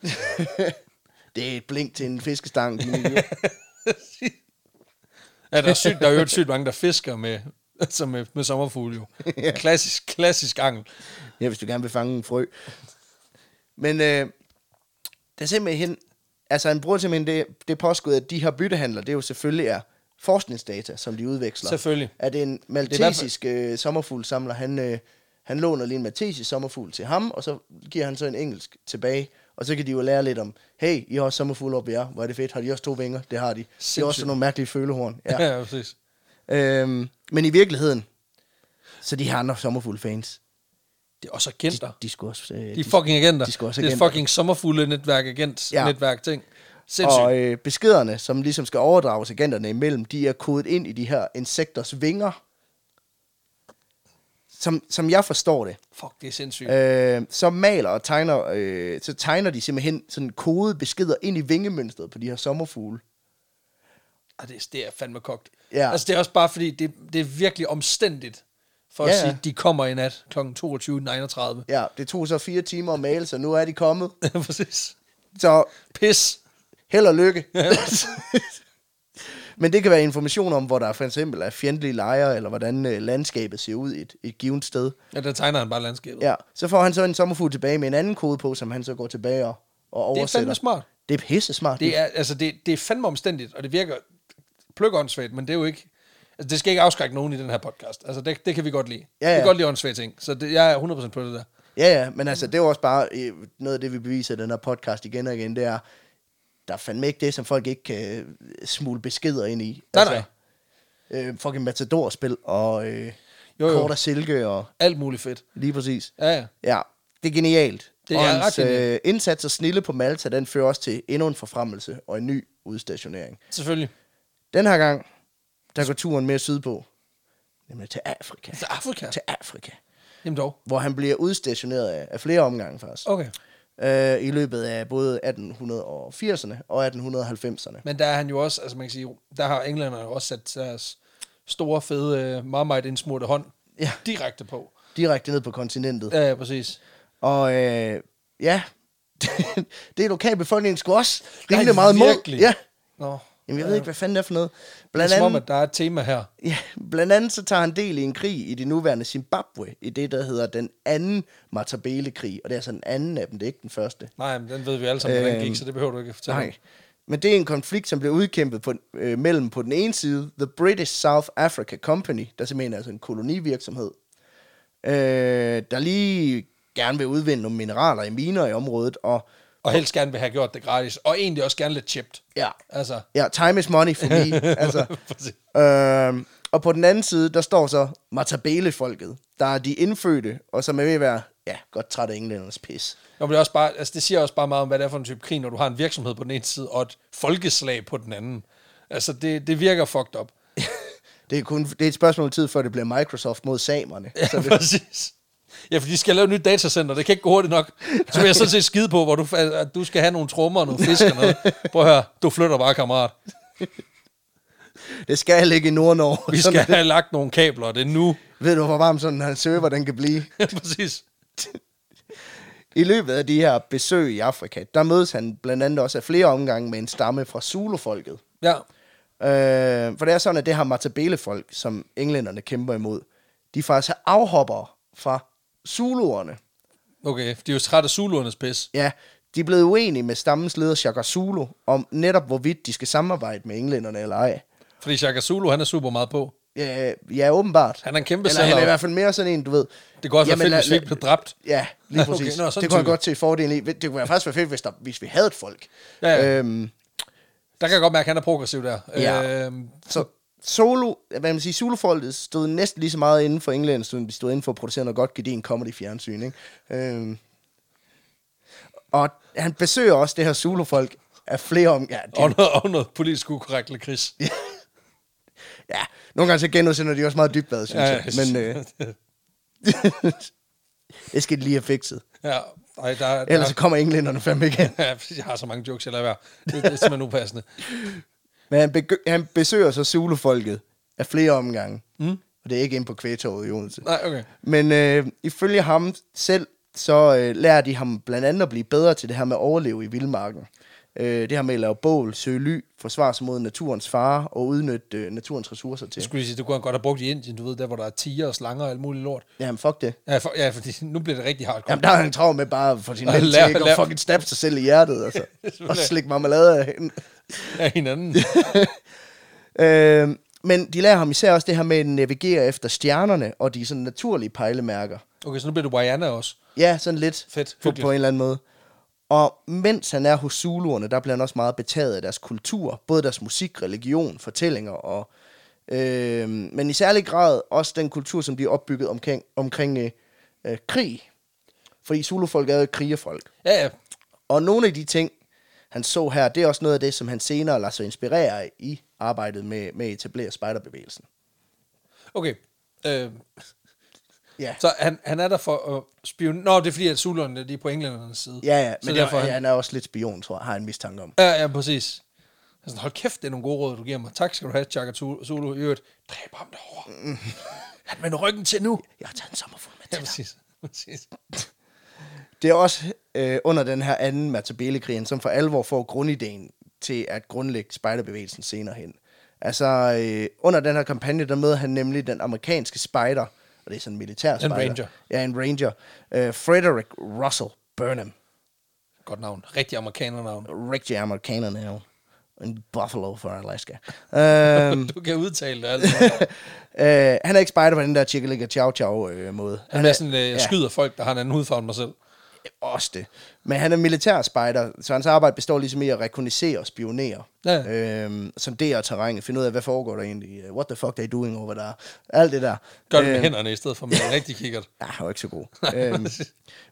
det er et blink til en fiskestang. din idiot. Ja, der er, sygt, der er jo sygt mange, der fisker med, altså med, med sommerfugle jo. Klassisk, klassisk angel. ja, hvis du gerne vil fange en frø. Men øh, det er simpelthen... Altså, han bruger simpelthen det, det påskud, at de her byttehandler, det er jo selvfølgelig er forskningsdata, som de udveksler. Selvfølgelig. At en maltesisk øh, sommerfuglsamler, han, øh, han låner lige en maltesisk sommerfugl til ham, og så giver han så en engelsk tilbage. Og så kan de jo lære lidt om, hey, I har også sommerfugle oppe i jer. Hvor er det fedt. Har de også to vinger? Det har de. Det er også Sindssygt. sådan nogle mærkelige følehorn. Ja. Ja, ja præcis. øhm, men i virkeligheden, så de her andre sommerfuglefans, Det er også agenter. de skulle også... Øh, De er fucking agenter. de skal også det er agenter. fucking sommerfugle netværk agent Ja. ja. netværk ting. Sindssygt. Og øh, beskederne, som ligesom skal overdrages agenterne imellem, de er kodet ind i de her insekters vinger. Som, som jeg forstår det, Fuck, det er sindssygt. øh, så maler og tegner, øh, så tegner de simpelthen sådan kodede beskeder ind i vingemønstret på de her sommerfugle. Ah, det, det er fandme kogt. Ja. Altså, det er også bare fordi, det, det er virkelig omstændigt for at Ja, ja, ja. sige, de kommer i nat kl. 22.39. Ja, det tog så fire timer at male, så nu er de kommet. Præcis. Så Pis. held og lykke. Men det kan være information om, hvor der for eksempel er fjendtlige lejre, eller hvordan øh, landskabet ser ud i et, et givet sted. Ja, der tegner han bare landskabet. Ja, så får han så en sommerfugl tilbage med en anden kode på, som han så går tilbage og, og det er oversætter. fandme smart. Det er pisse smart. Det er, altså, det, det er fandme omstændigt, og det virker pløkkeåndssvagt, men det er jo ikke... Altså, det skal ikke afskrække nogen i den her podcast. Altså, det, det kan vi godt lide. Ja, ja. Vi kan godt lide åndssvage ting, så det, jeg er 100% på det der. Ja, ja, men altså, det er jo også bare øh, noget af det, vi beviser i den her podcast igen og igen, det er, der er fandme ikke det, som folk ikke kan øh, smule beskeder ind i. Altså, Nej, nej. Øh, fucking matadorspil og øh, Jo, jo. kort af silke og Alt muligt fedt. lige præcis. Ja, ja. Ja, det er genialt. Det og er hans ret øh, indsats og snille på Malta, den fører også til endnu en forfremmelse og en ny udstationering. Selvfølgelig. Den her gang, der går turen mere sydpå. Nemlig til Afrika. Til Afrika. Til Afrika. Jamen dog. Hvor han bliver udstationeret af, af flere omgange faktisk. Okay. Øh, I løbet af både 1880'erne og 1890'erne. Men der er han jo også, altså man kan sige, der har englænderne jo også sat deres store, fede, øh, marmite indsmurte hånd Ja. direkte på. Direkte ned på kontinentet. Ja. Ja, ja, præcis. Og øh, ja, det er lokalbefolkningen sgu også rimelig Nej, meget mod. virkelig. Ja. Nå, Jamen, jeg ved ikke, hvad fanden det er for noget. det Blandt er som om, andet, at der er et tema her. ja, blandt andet så tager han del i en krig i det nuværende Zimbabwe, i det, der hedder den anden Matabele-krig. Og det er altså den anden af dem, det er ikke den første. Nej, men den ved vi alle sammen, hvordan det Øhm, gik, så det behøver du ikke at fortælle. Nej. Men det er en konflikt, som blev udkæmpet på, øh, mellem på den ene side The British South Africa Company, der simpelthen er altså en kolonivirksomhed, øh, der lige gerne vil udvinde nogle mineraler i miner i området, og Og helst gerne vil have gjort det gratis. Og egentlig også gerne lidt chipped. ja, Altså, ja time is money for me. altså, Præcis. øh, og på den anden side, der står så Matabele-folket, der er de indfødte, og som er ved at være ja, godt træt af englændernes pis. Nå, men det, er også bare, altså, det siger også bare meget om, hvad det er for en type krig, når du har en virksomhed på den ene side, og et folkeslag på den anden. Altså, det, det virker fucked up. Det er, kun, det er et spørgsmål om tid, før det bliver Microsoft mod samerne. Ja, præcis. Ja, for de skal lave et nyt datacenter. Det kan ikke gå hurtigt nok. Så vil jeg sådan set skide på, hvor du, at du skal have nogle trommer og nogle fisk og noget. Prøv at høre, du flytter bare, kammerat. Det skal ligge i Nord-Norge. Vi Sådan skal have lagt nogle kabler, og det er nu. Ved du, hvor varm sådan en server den kan blive? Ja, præcis. I løbet af de her besøg i Afrika, der mødes han blandt andet også af flere omgange med en stamme fra Zulu-folket. Ja, Øh, for det er sådan, at det her Matabele-folk, som englænderne kæmper imod, de er faktisk afhoppere fra Zuluerne. okay. De er jo trætte af Zuluernes pis. Ja, de er blevet uenige med stammens leder Shaka Zulu om netop, hvorvidt de skal samarbejde med englænderne eller ej. Fordi Shaka Zulu, han er super meget på. Ja, ja åbenbart. Han er en kæmpe Eller han er i sælger. hvert fald mere sådan en, du ved. Det kunne også Jamen, være fedt, lad- hvis vi ikke lad- blev dræbt. Ja, lige Okay, præcis. nå, sådan det kunne han type. godt se fordelen i. Det kunne være faktisk være fedt, hvis, der, hvis vi havde folk. Ja, ja. Øhm, Der kan jeg godt mærke, at han er progressiv der. Ja. Øhm, så solo, hvad man siger, solofolket stod næsten lige så meget inden for England, som de stod inden for at producere noget godt gedin comedy fjernsyn. Ikke? Øhm. Og han besøger også det her solofolk af flere om... Ja, de, og, noget, og noget politisk ukorrekt lakrids. Ja, ja, nogle gange så genudsender de også meget dybbad, synes jeg. Men øh, det skal de lige have fikset. ja, ej, der, er- Ellers så kommer englænderne fandme ikke hen. Ja, jeg har så mange jokes, jeg lader være. Det, det er simpelthen upassende. Men han, begy- han besøger så Zulu-folket af flere omgange. Mm. Og det er ikke ind på kvægtoget i Odense. Nej, okay. Men øh, ifølge ham selv, så øh, lærer de ham blandt andet at blive bedre til det her med at overleve i vildmarken. Øh, det her med at lave bål, søge ly, forsvare sig mod naturens fare og udnytte øh, naturens ressourcer Jeg til. skulle lige sige, det kunne han godt have brugt i Indien, du ved, der hvor der er tiger og slanger og alt muligt lort. Jamen, fuck det. Ja, for, ja fordi nu bliver det rigtig hardcore. Jamen, der er han travlt med bare at få sin Og mænd lave- til ikke at lave- fucking stabbe sig selv i hjertet, altså. og slikke marmelade af hende. af hinanden. Øh, men de lærer ham især også det her med at navigere efter stjernerne og de sådan naturlige pejlemærker. Okay, så nu bliver det Wayana også. Ja, sådan lidt. Fedt, På, hyggeligt. på en eller anden måde. Og mens han er hos Zuluerne, der bliver han også meget betaget af deres kultur. Både deres musik, religion, fortællinger og... Øh, men i særlig grad også den kultur, som de er opbygget omkring, omkring øh, øh, krig. Fordi Zulu-folk er jo et krigerfolk. Ja, ja. Og nogle af de ting, han så her, det er også noget af det, som han senere lader sig inspirere af i arbejdet med, med at etablere spejderbevægelsen. Okay. Øh, Ja, så han, han er der for at spion... Nå, det er fordi, at Zulerne de er på englændernes side. ja, ja så men derfor... derfor, han... han er også lidt spion, tror jeg, har en mistanke om. Ja, ja, præcis. Altså, hold kæft, det er nogle gode råd, du giver mig. Tak skal du have, Chaka Tu- Zulu. I øvrigt, dræb ham derovre. Han vender ryggen til nu. Jeg har taget en sommerfugl med Ja, til dig. præcis. præcis. Det er også øh, under den her anden Matabele-krigen, som for alvor får grundideen til at grundlægge spejderbevægelsen senere hen. Altså, øh, under den her kampagne, der møder han nemlig den amerikanske spejder, og det er sådan en militær spejder. ranger. Ja, en ranger. Øh, Frederick Russell Burnham. Godt navn. Rigtig amerikanernavn. Rigtig amerikaner nu. En buffalo fra Alaska. øhm, Du kan udtale det alt. øh, han er ikke spejder på den der chicka chow chow øh, måde. Han er sådan, øh, jeg skyder folk, der har en anden hudfarve end mig selv. Også det. Men han er militærspejder, så hans arbejde består ligesom i at rekognisere og spionere. Ja. Øhm, sondere terrænet, finde ud af, hvad foregår der egentlig? øh, What the fuck they doing over der? Alt det der. Gør det med Øhm, hænderne i stedet for med en rigtig kikkert. Ja, han var ikke så god. øhm,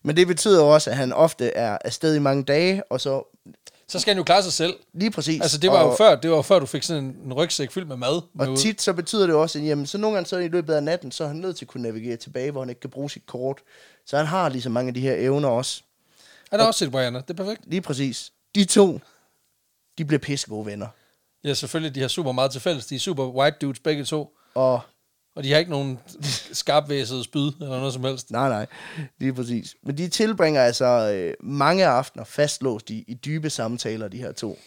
men det betyder jo også, at han ofte er afsted i mange dage, og så Så skal han jo klare sig selv. lige præcis. Altså, det var og, jo før, det var jo før du fik sådan en, en rygsæk fyldt med mad. med ud. Og tit så betyder det jo også, at jamen, så nogle gange så i løbet af natten, så er han nødt til at kunne navigere tilbage, hvor han ikke kan bruge sit kort. Så han har ligesom mange af de her evner også. Han har også set Brianna, det er perfekt. Lige præcis. De to, de bliver pissegode venner. Ja, selvfølgelig, de har super meget til fælles. De er super white dudes begge to. Og Og de har ikke nogen skarpvæsede spyd eller noget som helst. Nej, nej, lige præcis. Men de tilbringer altså øh, mange aftener fastlåst i, i dybe samtaler, de her to.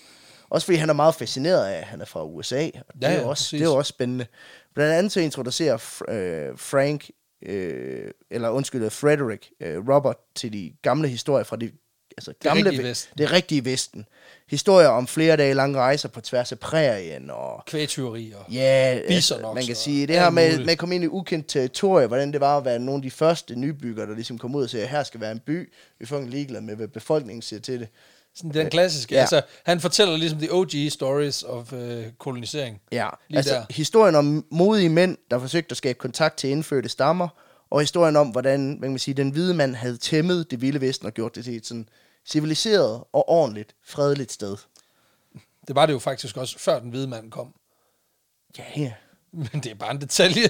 Også fordi han er meget fascineret af, at han er fra USA, og det, Ja, er, ja, jo også, præcis. det er jo også spændende. Blandt andet så introducerer Fr- øh, Frank, øh, eller undskyld, Frederick øh, Robert til de gamle historier fra de, altså, gamle, rigtige ve- Vesten. det rigtige Vesten. Historier om flere dage lange rejser på tværs af prærien, og Kvægtyveri og... Ja, Bisonoks altså, man kan og sige, det alt her med, muligt. med at komme ind i ukendt territorie, hvordan det var at være nogle af de første nybyggere, der ligesom kom ud og sagde, her skal være en by, vi får en ligeglad med, hvad befolkningen siger til det. Sådan den klassiske. Ja. Ja. Altså, han fortæller ligesom de OG stories of øh, kolonisering. Ja, Lige altså der. historien om modige mænd, der forsøgte at skabe kontakt til indfødte stammer, og historien om, hvordan hvad kan man sige, den hvide mand havde tæmmet det vilde vesten og gjort det til et sådan civiliseret og ordentligt, fredeligt sted. Det var det jo faktisk også, før den hvide mand kom. Ja, ja. Men det er bare en detalje.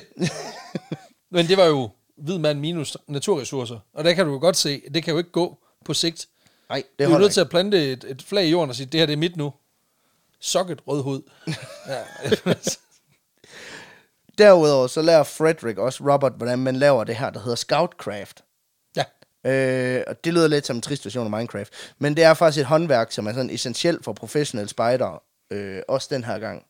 Men det var jo hvid mand minus naturressourcer. Og der kan du jo godt se, det kan jo ikke gå på sigt. Nej, Det det du er holder nødt ikke. til at plante et, et flag i jorden og sige, det her det er mit nu. Socket rødhud. ja. Derudover så lærer Frederick også Robert, hvordan man laver det her, der hedder scoutcraft. ja. Øh, og det lyder lidt som en trist version af Minecraft. Men det er faktisk et håndværk, som er sådan essentielt for professionelle spejdere. Øh, også den her gang.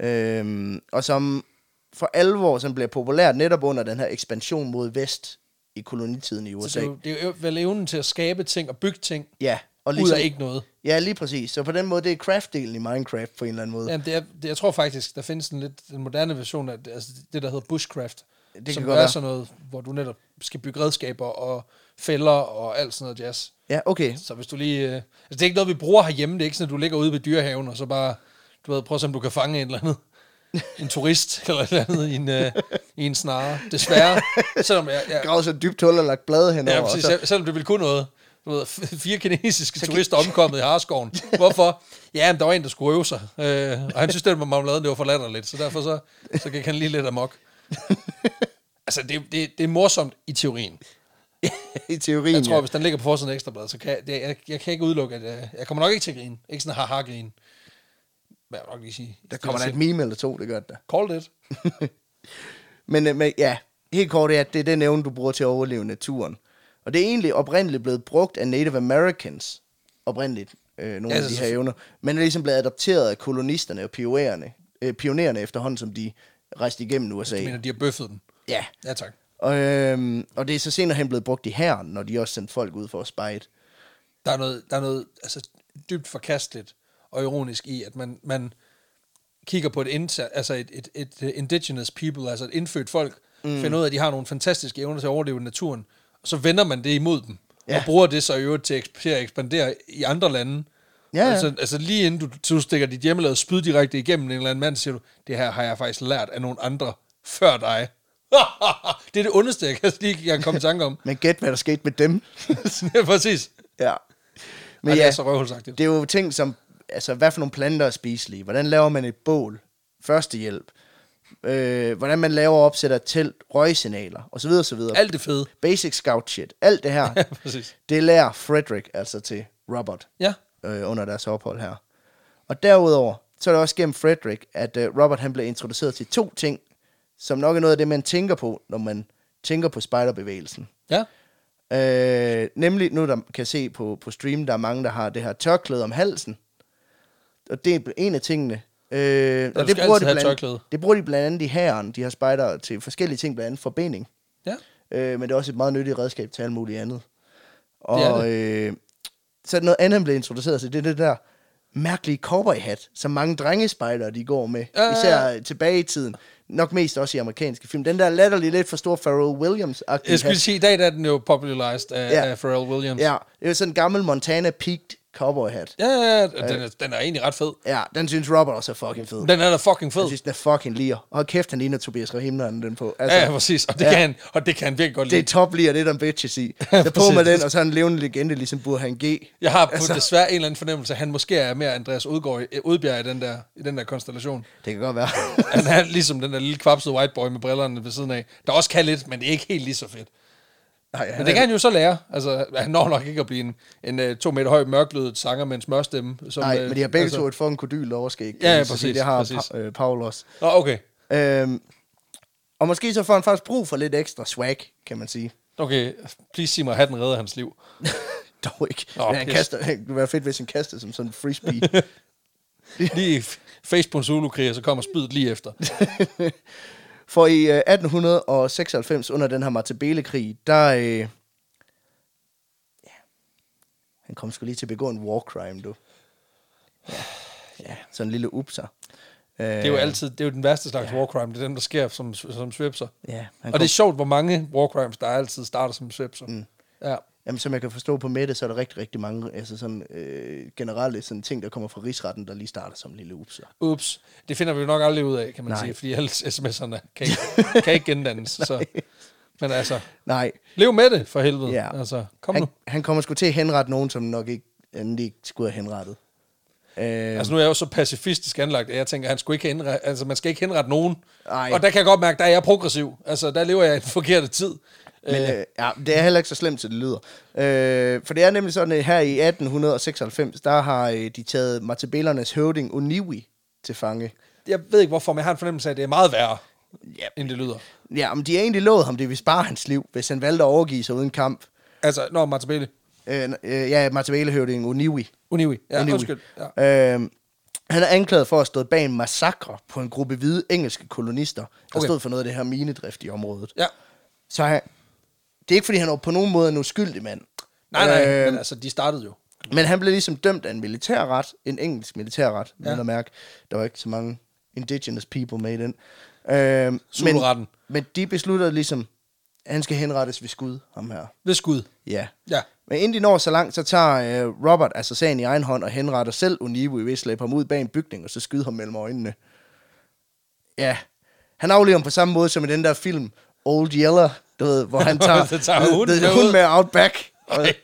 Øh, og som for alvor som bliver populært netop under den her ekspansion mod vest i kolonitiden i Så USA. det, er jo, det er jo vel evnen til at skabe ting og bygge ting, Ja, Og Ligesom, ud af ikke noget. Ja, lige præcis. Så på den måde, det er craft-delen i Minecraft på en eller anden måde. Jamen, det er, det, jeg tror faktisk, der findes en lidt den moderne version af det, altså det, der hedder bushcraft. Det som kan godt er være. sådan noget, hvor du netop skal bygge redskaber og fælder og alt sådan noget jazz. Ja, okay. Så hvis du lige... Øh, altså, det er ikke noget, vi bruger herhjemme. Det er ikke sådan, at du ligger ude ved dyrehaven, og så bare... Du ved, prøv at se, om du kan fange en eller anden en turist eller et eller andet i en, øh, i en snare. Desværre. Selvom jeg, jeg, Gravet så et dybt hul og lagt blade henover. Ja, og præcis. så, Sel- selvom det ville kunne noget. Du ved, f- fire kinesiske turister omkommet i Harskoven. Hvorfor? Ja, men der var en, der skulle øve sig. Øh, og han synes, det med marmeladen, det var for latterligt. Så derfor så, så gik han lige lidt amok. altså, det, det, det er morsomt i teorien. I teorien, Jeg tror, ja. hvis den ligger på forsiden af ekstrablad, så kan jeg, det, jeg, jeg kan ikke udelukke, at jeg, jeg kommer nok ikke til at grine. Ikke sådan haha-grin. Hvad jeg vil nok lige sige? Der kommer der et meme eller to, det gør det da. Call it. Men, øh, men ja, helt kort er, at det er den evne, du bruger til at overleve naturen. Og det er egentlig oprindeligt blevet brugt af Native Americans, oprindeligt, øh, nogle Ja, ja, så- af de her evner. Men er ligesom blevet adopteret af kolonisterne og pionererne, øh, pionererne efterhånden, som de rejste igennem USA. Jeg mener, de har bøffet den. Ja, Ja, tak. og, øh, og det er så senere hen blevet brugt i hæren, når de også sendte folk ud for at spejde. der er noget, der er noget altså, dybt forkasteligt og ironisk i, at man, man kigger på et, inter, altså et, et, et øh, indigenous people, altså et indfødt folk, mm. finder ud af, at de har nogle fantastiske evner til at overleve i naturen, og så vender man det imod dem, ja. Ja. og bruger det så i øvrigt til at, eksp- til at ekspandere i andre lande. Ja, ja. Altså, altså lige inden du, du stikker dit hjemmelavede spyd direkte igennem en eller anden mand, siger du, det her har jeg faktisk lært af nogle andre før dig. det er det ondeste, jeg kan, lige, jeg kan komme i tanke om. Men gæt, hvad der skete med dem. Ja, Præcis. ja. Men ja, det er så røvhulsagtigt. det er jo ting som, altså hvad for nogle planter er spiselige, hvordan laver man et bål, førstehjælp, øh, hvordan man laver og opsætter et telt, røgsignaler, osv. osv. Alt det fede. Basic scout shit, alt det her, Ja, præcis. det lærer Frederick altså til Robert Ja, øh, under deres ophold her. Og derudover, så er det også gennem Frederick, at øh, Robert han blev introduceret til to ting, som nok er noget af det, man tænker på, når man tænker på spejderbevægelsen. ja. Øh, nemlig, nu der kan se på, på stream, der er mange, der har det her tørklæde om halsen. Og det er en af tingene. Øh, du og det skal bruger, altid de have blandt, tørklæde. andet- det bruger de blandt andet i hæren, de her spejdere, til forskellige ting, blandt andet forbinding. Ja. Øh, men det er også et meget nyttigt redskab til alt muligt andet. Og er Øh, så er der noget andet, han blev introduceret til, det er det der mærkelige cowboyhat, som mange drengespejdere, de går med. Ja, ja, ja. Især øh, tilbage i tiden. Nok mest også i amerikanske film. Den der latterlige lidt for stor Pharrell Williams-agtige Jeg skulle sige, i dag der er den jo popularized af, ja. Ja. af Pharrell Williams. Ja, det er jo sådan en gammel Montana peaked cowboy hat. ja, ja, ja. Øh. Den, er, den er egentlig ret fed. Ja, den synes Robert også er fucking fed. Den er da fucking fed. Jeg synes, den er fucking lir. Og kæft, han ligner Tobias Rahim, når han har den på. Ja, ja, præcis. Og det, altså. Ja. kan han, og det kan han virkelig godt det lide. er top lir, det er der en bitches i. Ja, Så på med præcis. den, og så er han en levende legende, ligesom Burhan G. Jeg har på altså. desværre en eller anden fornemmelse, at han måske er mere Andreas Udgaard, i- Udbjerg i den der, i den der konstellation. Det kan godt være. Han er ligesom den der lille kvapsede white boy med brillerne ved siden af, der også kan lidt, men det er ikke helt lige så fedt. Nej, Men han det kan er, han jo så lære. Altså, han når nok ikke at blive en, en uh, to meter høj mørklødet sanger med en smørstemme. Som, nej, øh, men de har begge altså- altså, to et fucking kodyl overskæg. kan Ja, ja, man så sige. præcis, Det har præcis. pa- øh, Paul også. Nå, okay. Øhm, og måske så får han faktisk brug for lidt ekstra swag, kan man sige. Okay, please sig mig, at hatten redder hans liv. Dog ikke. Nå, Nå, men han pis. kaster, det kunne være fedt, hvis han kastede som sådan en frisbee. lige f- face på en zulukrig, og så kommer spydet lige efter. For i øh, 1896, under den her Matabele-krig, der... Øh, ja, han kom sgu lige til at begå en war crime, du. Ja, ja sådan en lille upser. Øh, Det er jo altid, det er jo den værste slags ja. war crime, det er den, der sker som, som swipser. Ja, han Og det er sjovt, hvor mange war crimes, der altid starter som swipser. Mm. Ja. Jamen, som jeg kan forstå på Mette, så er der rigtig, rigtig mange altså sådan, øh, generelle sådan ting, der kommer fra rigsretten, der lige starter som en lille upser. Ups, det finder vi jo nok aldrig ud af, kan man Nej. Nej. sige, fordi alle sms'erne kan ikke, kan ikke gendannes. så. Men altså, Nej, lev med det, for helvede. Ja. Ja. Altså, kom han, nu. han kommer sgu til at henrette nogen, som nok ikke, han ikke skulle have henrettet. Øh, Altså nu er jeg jo så pacifistisk anlagt, at jeg tænker, at han skulle ikke henre, altså, man skal ikke henrette nogen. Ej. Og der kan jeg godt mærke, der er jeg progressiv. Altså, der lever jeg i den forkerte tid. Men øh, ja, det er heller ikke så slemt, som det lyder. Øh, for det er nemlig sådan, at her i 1896, der har øh, de taget Matabellernes høvding Oniwi til fange. Jeg ved ikke hvorfor, men jeg har en fornemmelse af, at det er meget værre, Ja. end det lyder. Ja, om de har egentlig lovet ham, det ville spare hans liv, hvis han valgte at overgive sig uden kamp. Altså, når Martin Bailey. Øh, n- øh, ja, Matabele-høvdingen Oniwi. Uniwi. Ja, Oniwi. undskyld. Ja. Øh, han er anklaget for at stå bag en massakre på en gruppe hvide engelske kolonister, der Okay. okay. stod for noget af det her minedrift i området. ja. Så han, det er ikke, fordi han er på nogen måde en uskyldig mand. Nej, nej, øh, Øh, men altså, de startede jo. Men han blev ligesom dømt af en militærret, en engelsk militærret, ja. Ja. men at mærke, der var ikke så mange indigenous people med i den. Øh, men, Zulu-retten. men de besluttede ligesom, at han skal henrettes ved skud, ham her. Ved skud. Ja. Ja. Men inden de når så langt, så tager øh, Robert altså sagen i egen hånd og henretter selv Univu i ved at slæbe ham ud bag en bygning, og så skyder ham mellem øjnene. Ja. Han aflever ham på samme måde som i den der film, Old Yeller, du ved, hvor han tager, Så tager hunden det, med det, ud. hunden med Outback. Og, Ej.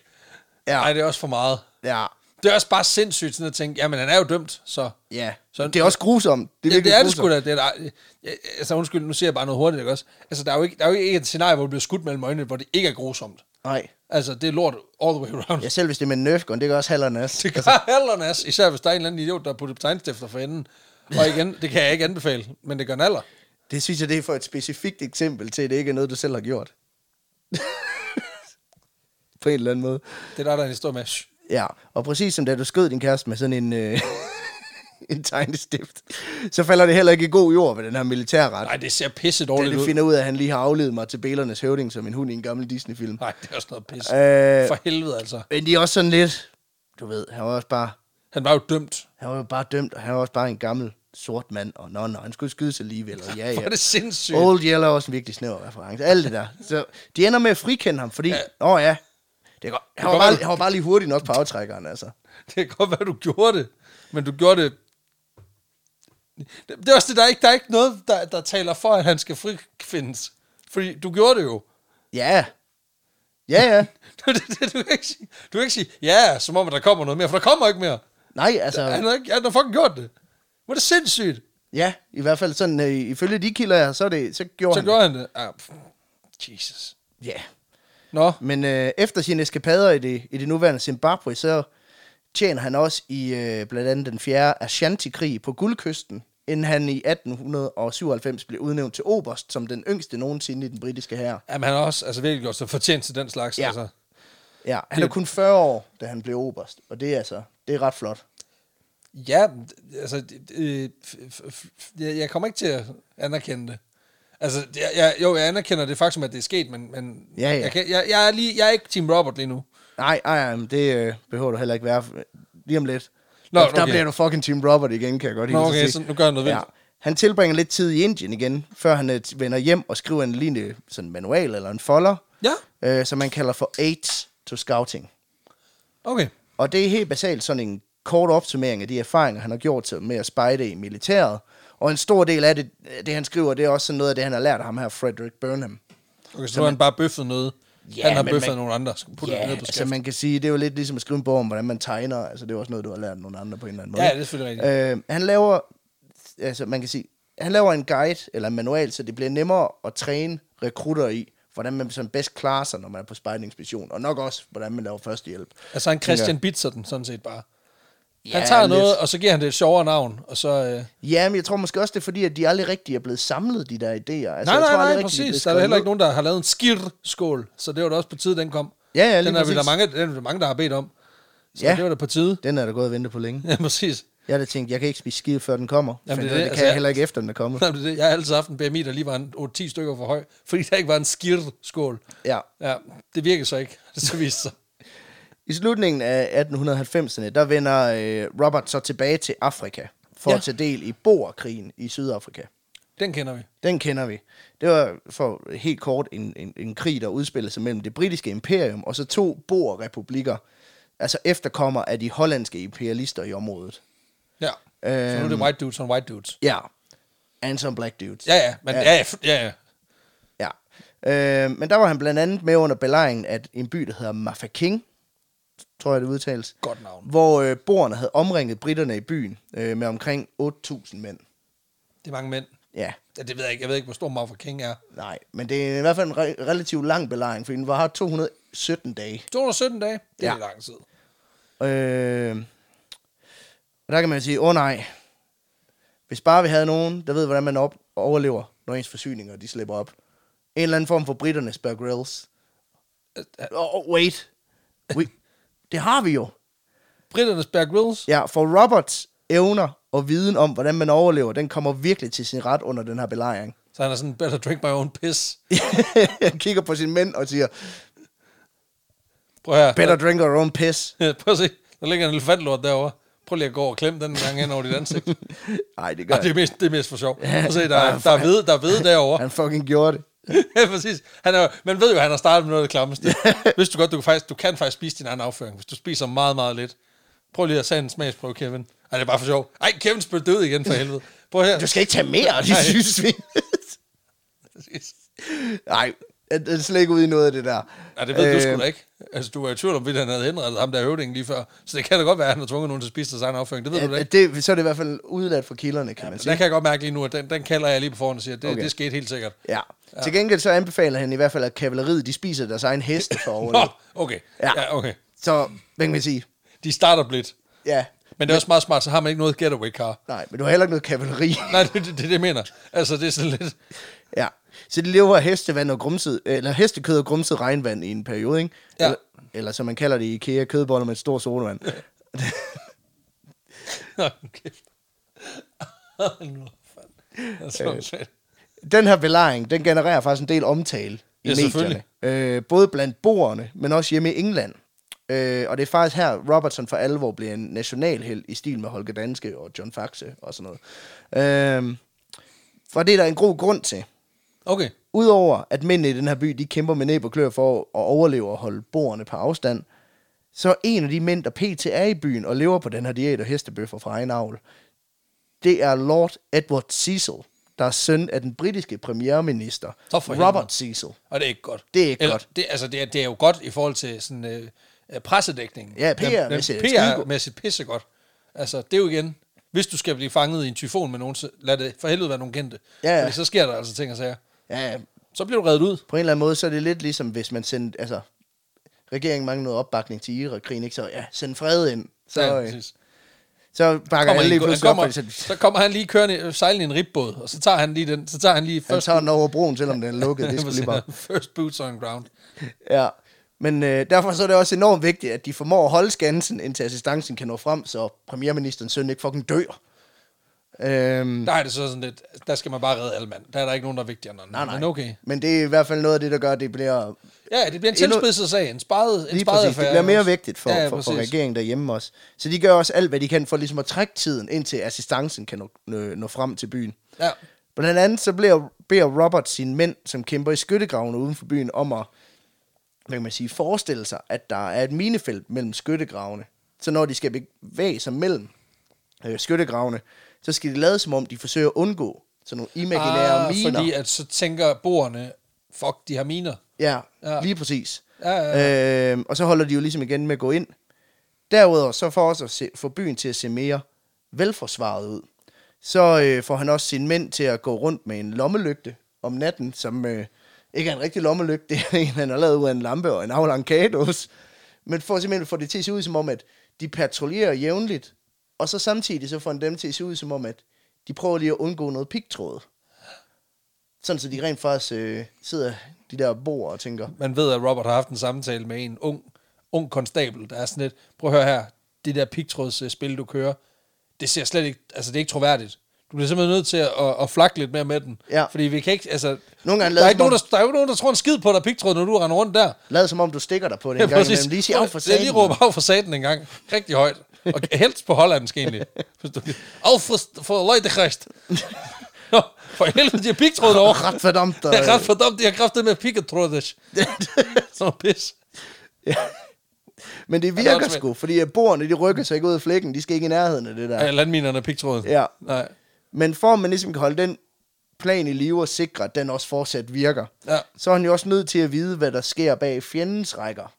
Ja. Ej, det er også for meget. ja, Det er også bare sindssygt sådan at tænke, jamen han er jo dømt, så... ja. Så- det er også grusomt. Det er, Det, ja, virkelig det er det sgu grusomt. da. Det er der, ja, altså undskyld, nu siger jeg bare noget hurtigt, ikke også? Altså, der er jo ikke, der er jo ikke et scenarie, hvor du bliver skudt mellem øjnene, hvor det ikke er grusomt. Nej. Altså, det er lort all the way around. Ja, Altså- Yes. selv hvis det er med en Nerf gun, det gør også halveren as. Det gør alderen as, især hvis der er en eller anden idiot, der har puttet tegnstifter for enden. Og igen, det kan jeg ikke anbefale, men det gør en alder. Det synes jeg, det er for et specifikt eksempel til, at det ikke er noget, du selv har gjort. På en eller anden måde. Det er der, der er en historie med. Shh. Ja, og præcis som da du skød din kæreste med sådan en, øh, en tegnestift, så falder det heller ikke i god jord ved den her militærret. Nej, Nej, det ser pisse da dårligt de ud. finder ud af, at han lige har aflevet mig til Bælernes høvding som en hund i en gammel Disney-film. Nej, det er også noget pisse. Øh, For helvede, altså. men de er også sådan lidt, du ved, han var, også bare, Han var jo dømt. han var jo bare dømt, og han var også bare en gammel sort mand, og nå, nå, han skulle skydes alligevel, og ja, Hvor ja. er det sindssygt. Old Yeller er også en virkelig snæver reference. Alt det der. Så de ender med at frikende ham, fordi... Åh ja. Oh, ja. Det er godt. Han, var godt bare, være, du- han var bare lige hurtig nok på aftrækkeren, altså. Det kan godt være, du gjorde det, men du gjorde det... Det, det er også det, der er ikke, der er ikke noget, der, der taler for, at han skal frifindes. Fordi du gjorde det jo. Ja. Ja, ja. Du, det, det, du, kan ikke sige, du kan ikke sige, ja, som om at der kommer noget mere, for der kommer ikke mere. Nej, altså... Han har, ikke, han har fucking gjort det. Hvor er det sindssygt. Ja, i hvert fald sådan, øh, ifølge de kilder, jeg har, så, er det, så gjorde Så han gjorde han det. Ah, pff. Jesus. det. Ja. Nå, Men øh, efter sine eskapader i det, i det nuværende Zimbabwe, så tjener han også i øh, blandt andet den fjerde Ashanti-krig på Guldkysten, inden han i 1897 blev udnævnt til oberst som den yngste nogensinde i den britiske hær. jamen, han har også altså, virkelig gjort sig fortjent til den slags. Ja. Altså. Ja, han er kun 40 år, da han blev oberst, og det er altså, det er ret flot. Ja, d- altså, d- øh, f- f- f- jeg jeg kommer ikke til at anerkende det. Altså, jeg, jeg, jo, jeg anerkender det faktum, at det er sket, men, men Ja, ja. Jeg, kan, jeg, jeg, er lige, jeg er ikke Team Robert lige nu. Nej, nej, nej, men det øh, behøver du heller ikke være lige om lidt. Nå, Nå, der, der okay. bliver du fucking Team Robert igen, kan jeg godt Nå, hilse at okay, sige. så nu gør jeg noget vildt. Han tilbringer lidt tid i Indien igen, før han øh, vender hjem og skriver en lignende sådan manual eller en folder, Ja, øh, som man kalder for Aids to Scouting. okay. Og det er helt basalt sådan en kort opsummering af de erfaringer, han har gjort til, med at spejde i militæret. Og en stor del af det, øh, det han skriver, det er også sådan noget af det, han har lært af ham her, Frederick Burnham. okay så nu har han bare bøffet noget. Ja, Ja, han har men bøffet man- nogle andre. Skal putte Ja, det ned på altså altså, man kan sige, det er jo lidt ligesom at skrive en bog om, hvordan man tegner. Altså det er også noget, du har lært nogle andre på en eller anden måde. Ja, det er selvfølgelig rigtigt. Øh, han laver, altså man kan sige, han laver en guide eller en manual, så det bliver nemmere at træne rekrutter i, hvordan man sådan bedst klarer sig, når man er på spejlingsmission. Og nok også, hvordan man laver førstehjælp. altså han Christian Bitzer den sådan set bare. Han Ja, tager lidt. noget, og så giver han det et sjovere navn, og så... Øh, Ja, men jeg tror måske også, det er fordi, at de aldrig rigtig er blevet samlet, de der idéer. Altså, nej, jeg tror aldrig nej, nej, rigtig, de er blevet præcis. Der er skrevet der heller ned. ikke nogen, der har lavet en skir-skål, så det var da også på tide, den kom. Ja, ja, lige den er vi præcis. der mange, den er der mange, der har bedt om. Så Ja. det var da på tide. Den er der gået og vente på længe. Ja, præcis. Jeg havde tænkt, jeg kan ikke spise skide, før den kommer. Jamen, Jamen, det er det, det, det. kan Altså, jeg jeg- heller ikke efter, den er kommet. Nej, men det er det. Jeg har altid haft en BMI, der lige var en 8-10 stykker for høj, fordi der ikke var en skir-skål. Ja. Ja, det virker så ikke, det så viste sig. I slutningen af 1890'erne, der vender øh, Robert så tilbage til Afrika for Ja. ja. at tage del i Boerkrigen i Sydafrika. Den kender vi. Den kender vi. Det var for helt kort en, en, en krig, der udspillede sig mellem det britiske imperium og så to boerrepublikker, altså efterkommer af de hollandske imperialister i området. Ja. Øhm, så nu er det white dudes on white dudes. Ja. And some black dudes. Ja, ja, men ja, ja, f- ja, ja. ja. Øh, men der var han blandt andet med under belejringen af en by, der hedder Mafeking, tror jeg det udtales. Godt navn. hvor øh, boerne havde omringet britterne i byen øh, med omkring 8.000 mænd. Det er mange mænd. Ja, Ja, det ved jeg ikke. Jeg ved ikke, hvor stor Marfa King er. nej, men det er i hvert fald en re- relativt lang belejring, for den var her 217 dage. 217 dage, det er Ja. ja. lang tid. Øh, og der kan man sige, åh oh, nej, hvis bare vi havde nogen, der ved, hvordan man op- overlever, når ens forsyninger de slipper op. En eller anden form for britternes Bear Grylls. Oh, oh, wait. We, det har vi jo. Britternes Bear Grylls. Ja, for Roberts evner og viden om, hvordan man overlever, den kommer virkelig til sin ret under den her belejring. Så han er sådan, better drink my own piss. han kigger på sine mænd og siger, Prøv her. better drink our own piss. Prøv at se. Der ligger en elefantlort derovre. Prøv lige at gå over og klemme den en gang hen over dit ansigt. Nej, det gør Nej, det jeg. er mest, det er mest for sjov. Og se, der, er- der, er ved, der er ved derovre. Han fucking gjorde det. ja, præcis. Han er, man ved jo, at han har startet med noget af det klammeste. Hvis du godt, du kan, faktisk, du kan faktisk spise din egen afføring, hvis du spiser meget, meget lidt. Prøv lige at tage en smagsprøve, Kevin. Ej, det er bare for sjov. Ej, Kevin spytte det ud igen for helvede. Prøv her. Du skal ikke tage mere, de Nej. syge svin. Præcis. Nej, jeg jeg er slet ikke ude i noget af det der. Ja, det ved øh, du Øh, sgu da ikke. Altså, du var i tvivl om, at han havde henrettet ham der høvdingen lige før. Så det kan da godt være, at han har tvunget nogen til at spise deres egen afføring. Det ved du da Øh, at- ikke. at det, så er det i hvert fald udladt fra kilderne, kan man Så sige. der kan jeg godt mærke lige nu, at den, den kalder jeg lige på forhånd og siger, at det, Okay. okay. det skete helt sikkert. Ja. Til gengæld så anbefaler han i hvert fald, at kavaleriet de spiser deres egen heste for Nå, overlevet. okay. Ja. Ja. ja, okay. Så, hvad kan man sige? De starter blidt. Ja, Men det er også meget smart, så har man ikke noget getaway car. nej, men du har heller ikke noget kavaleri. Nej, det er det, det, jeg mener. Altså, det er sådan lidt... ja. Så de lever af hestevand og grumset, eller hestekød og grumset regnvand i en periode, ikke? Ja. Eller, eller som man kalder det i IKEA, kødboller med et stort sodavand. Nå, kæft. nu, fanden. Det er så Øh. åndssvagt. Den her belejring, den genererer faktisk en del omtale i Ja, medierne. selvfølgelig. Øh, både blandt boerne, men også hjemme i England. Øh, og det er faktisk her, Robertson for alvor bliver en nationalheld i stil med Holger Danske og John Faxe og sådan noget. Øh, for det er der en god grund til. Okay. Udover at mændene i den her by, de kæmper med næb og klør for at overleve og holde boerne på afstand, så er en af de mænd, der pt. er i byen og lever på den her diæt og hestebøffer fra egen avl, det er Lord Edward Cecil, der er søn af den britiske premierminister, Så for helvede. Robert Cecil. Og det er ikke godt. Det er ikke Eller, godt. Det, altså, det er, det er jo godt i forhold til sådan øh, øh, pressedækningen. Ja, Den- PR-mæssigt den er det skidegodt. PR-mæssigt pissegodt. Altså, det er jo igen... Hvis du skal blive fanget i en tyfon med nogen, så lad det for helvede være nogen kendte. Ja, ja. Fordi så sker der altså ting og sager. Ja, Så bliver du reddet ud. på en eller anden måde, så er det lidt ligesom, hvis man sendte, altså, regeringen mangler noget opbakning til Irak-krigen, ikke? så ja, send fred ind. Så, ja, ja, præcis. så bakker Kommer alle han, lige han pludselig op, kommer, fordi så- så kommer han lige kørende, øh, sejlende i en ribbåd, og så tager han lige den, så tager han lige han først, tager den over broen, selvom den er lukket. Det skulle lige bare... first boots on ground. Ja, men øh, derfor så er det også enormt vigtigt, at de formår at holde skansen, indtil assistancen kan nå frem, så premierministeren søn ikke fucking dør. Øhm, Der er det så sådan lidt, der skal man bare redde alle mand. Der er der ikke nogen, der er vigtigere end anden. nej, nej. Men okay. Men det er i hvert fald noget af det, der gør, at det bliver, Ja, det bliver en Endnu- tilspidset sag, en sparet, en lige sparet præcis, det affære. bliver mere også. vigtigt for, ja, for, for præcis. regeringen derhjemme også. Så de gør også alt, hvad de kan for ligesom at trække tiden, indtil assistancen kan nå, nå, nå frem til byen. Ja. Blandt andet så bliver, beder Robert sine mænd, som kæmper i skyttegravene uden for byen, om at hvad kan man sige, forestille sig, at der er et minefelt mellem skyttegravene. Så når de skal bevæge sig mellem øh, skyttegravene, så skal de lade som om, de forsøger at undgå sådan nogle imaginære ah, Ah, miner. fordi Fordi... at så tænker borgerne, fuck, de har miner. Ja, ja, Ja. lige præcis. Ja, ja, Øh, og så holder de jo ligesom igen med at gå ind. Derudover så for også at se, få byen til at se mere velforsvaret ud, så øh, får han også sine mænd til at gå rundt med en lommelygte om natten, som øh, ikke er en rigtig lommelygte, det er en, han har lavet ud af en lampe og en aflang kagedås. Men for simpelthen får det til at se ud som om, at de patruljerer jævnligt, og så samtidig så får han dem til at se ud som om, at de prøver lige at undgå noget pigtråd. Sådan så de rent faktisk øh, sidder de der bor og tænker, Man ved, at Robert har haft en samtale med en ung, ung konstabel, der er sådan lidt, prøv at høre her, det der pigtrådsspil, du kører, det ser slet ikke, altså det er ikke troværdigt. Du bliver simpelthen nødt til at, at, at flakke lidt mere med den. Ja. Fordi vi kan ikke, altså... Nogle gange der, lader er ikke som om- nogen, der, der er jo ikke nogen, der tror en skid på dig, pigtråd, når du render rundt der. Lad som om, du stikker dig på det en gang imellem. Lige sige af for Jeg lige satan. råbe af for satan en gang. Rigtig højt. Og helst på hollandsk egentlig. Hvis du kan. Af for, for løjtekrist. Nå, for helvede, de har pigtråd over. Ret øh, fordamt. Det er ret fordomt, de har kraftet med pigtrådet. Sådan noget pis. Men det Ja, det er virker også sgu, fordi at borerne, de rykker sig ikke ud af flækken. De skal ikke i nærheden af det der. Ja, landminerne og pigtråden. Ja. Nej. Men for at man ligesom kan holde den plan i live og sikre, at den også fortsat virker, Ja. så er han jo også nødt til at vide, hvad der sker bag fjendens rækker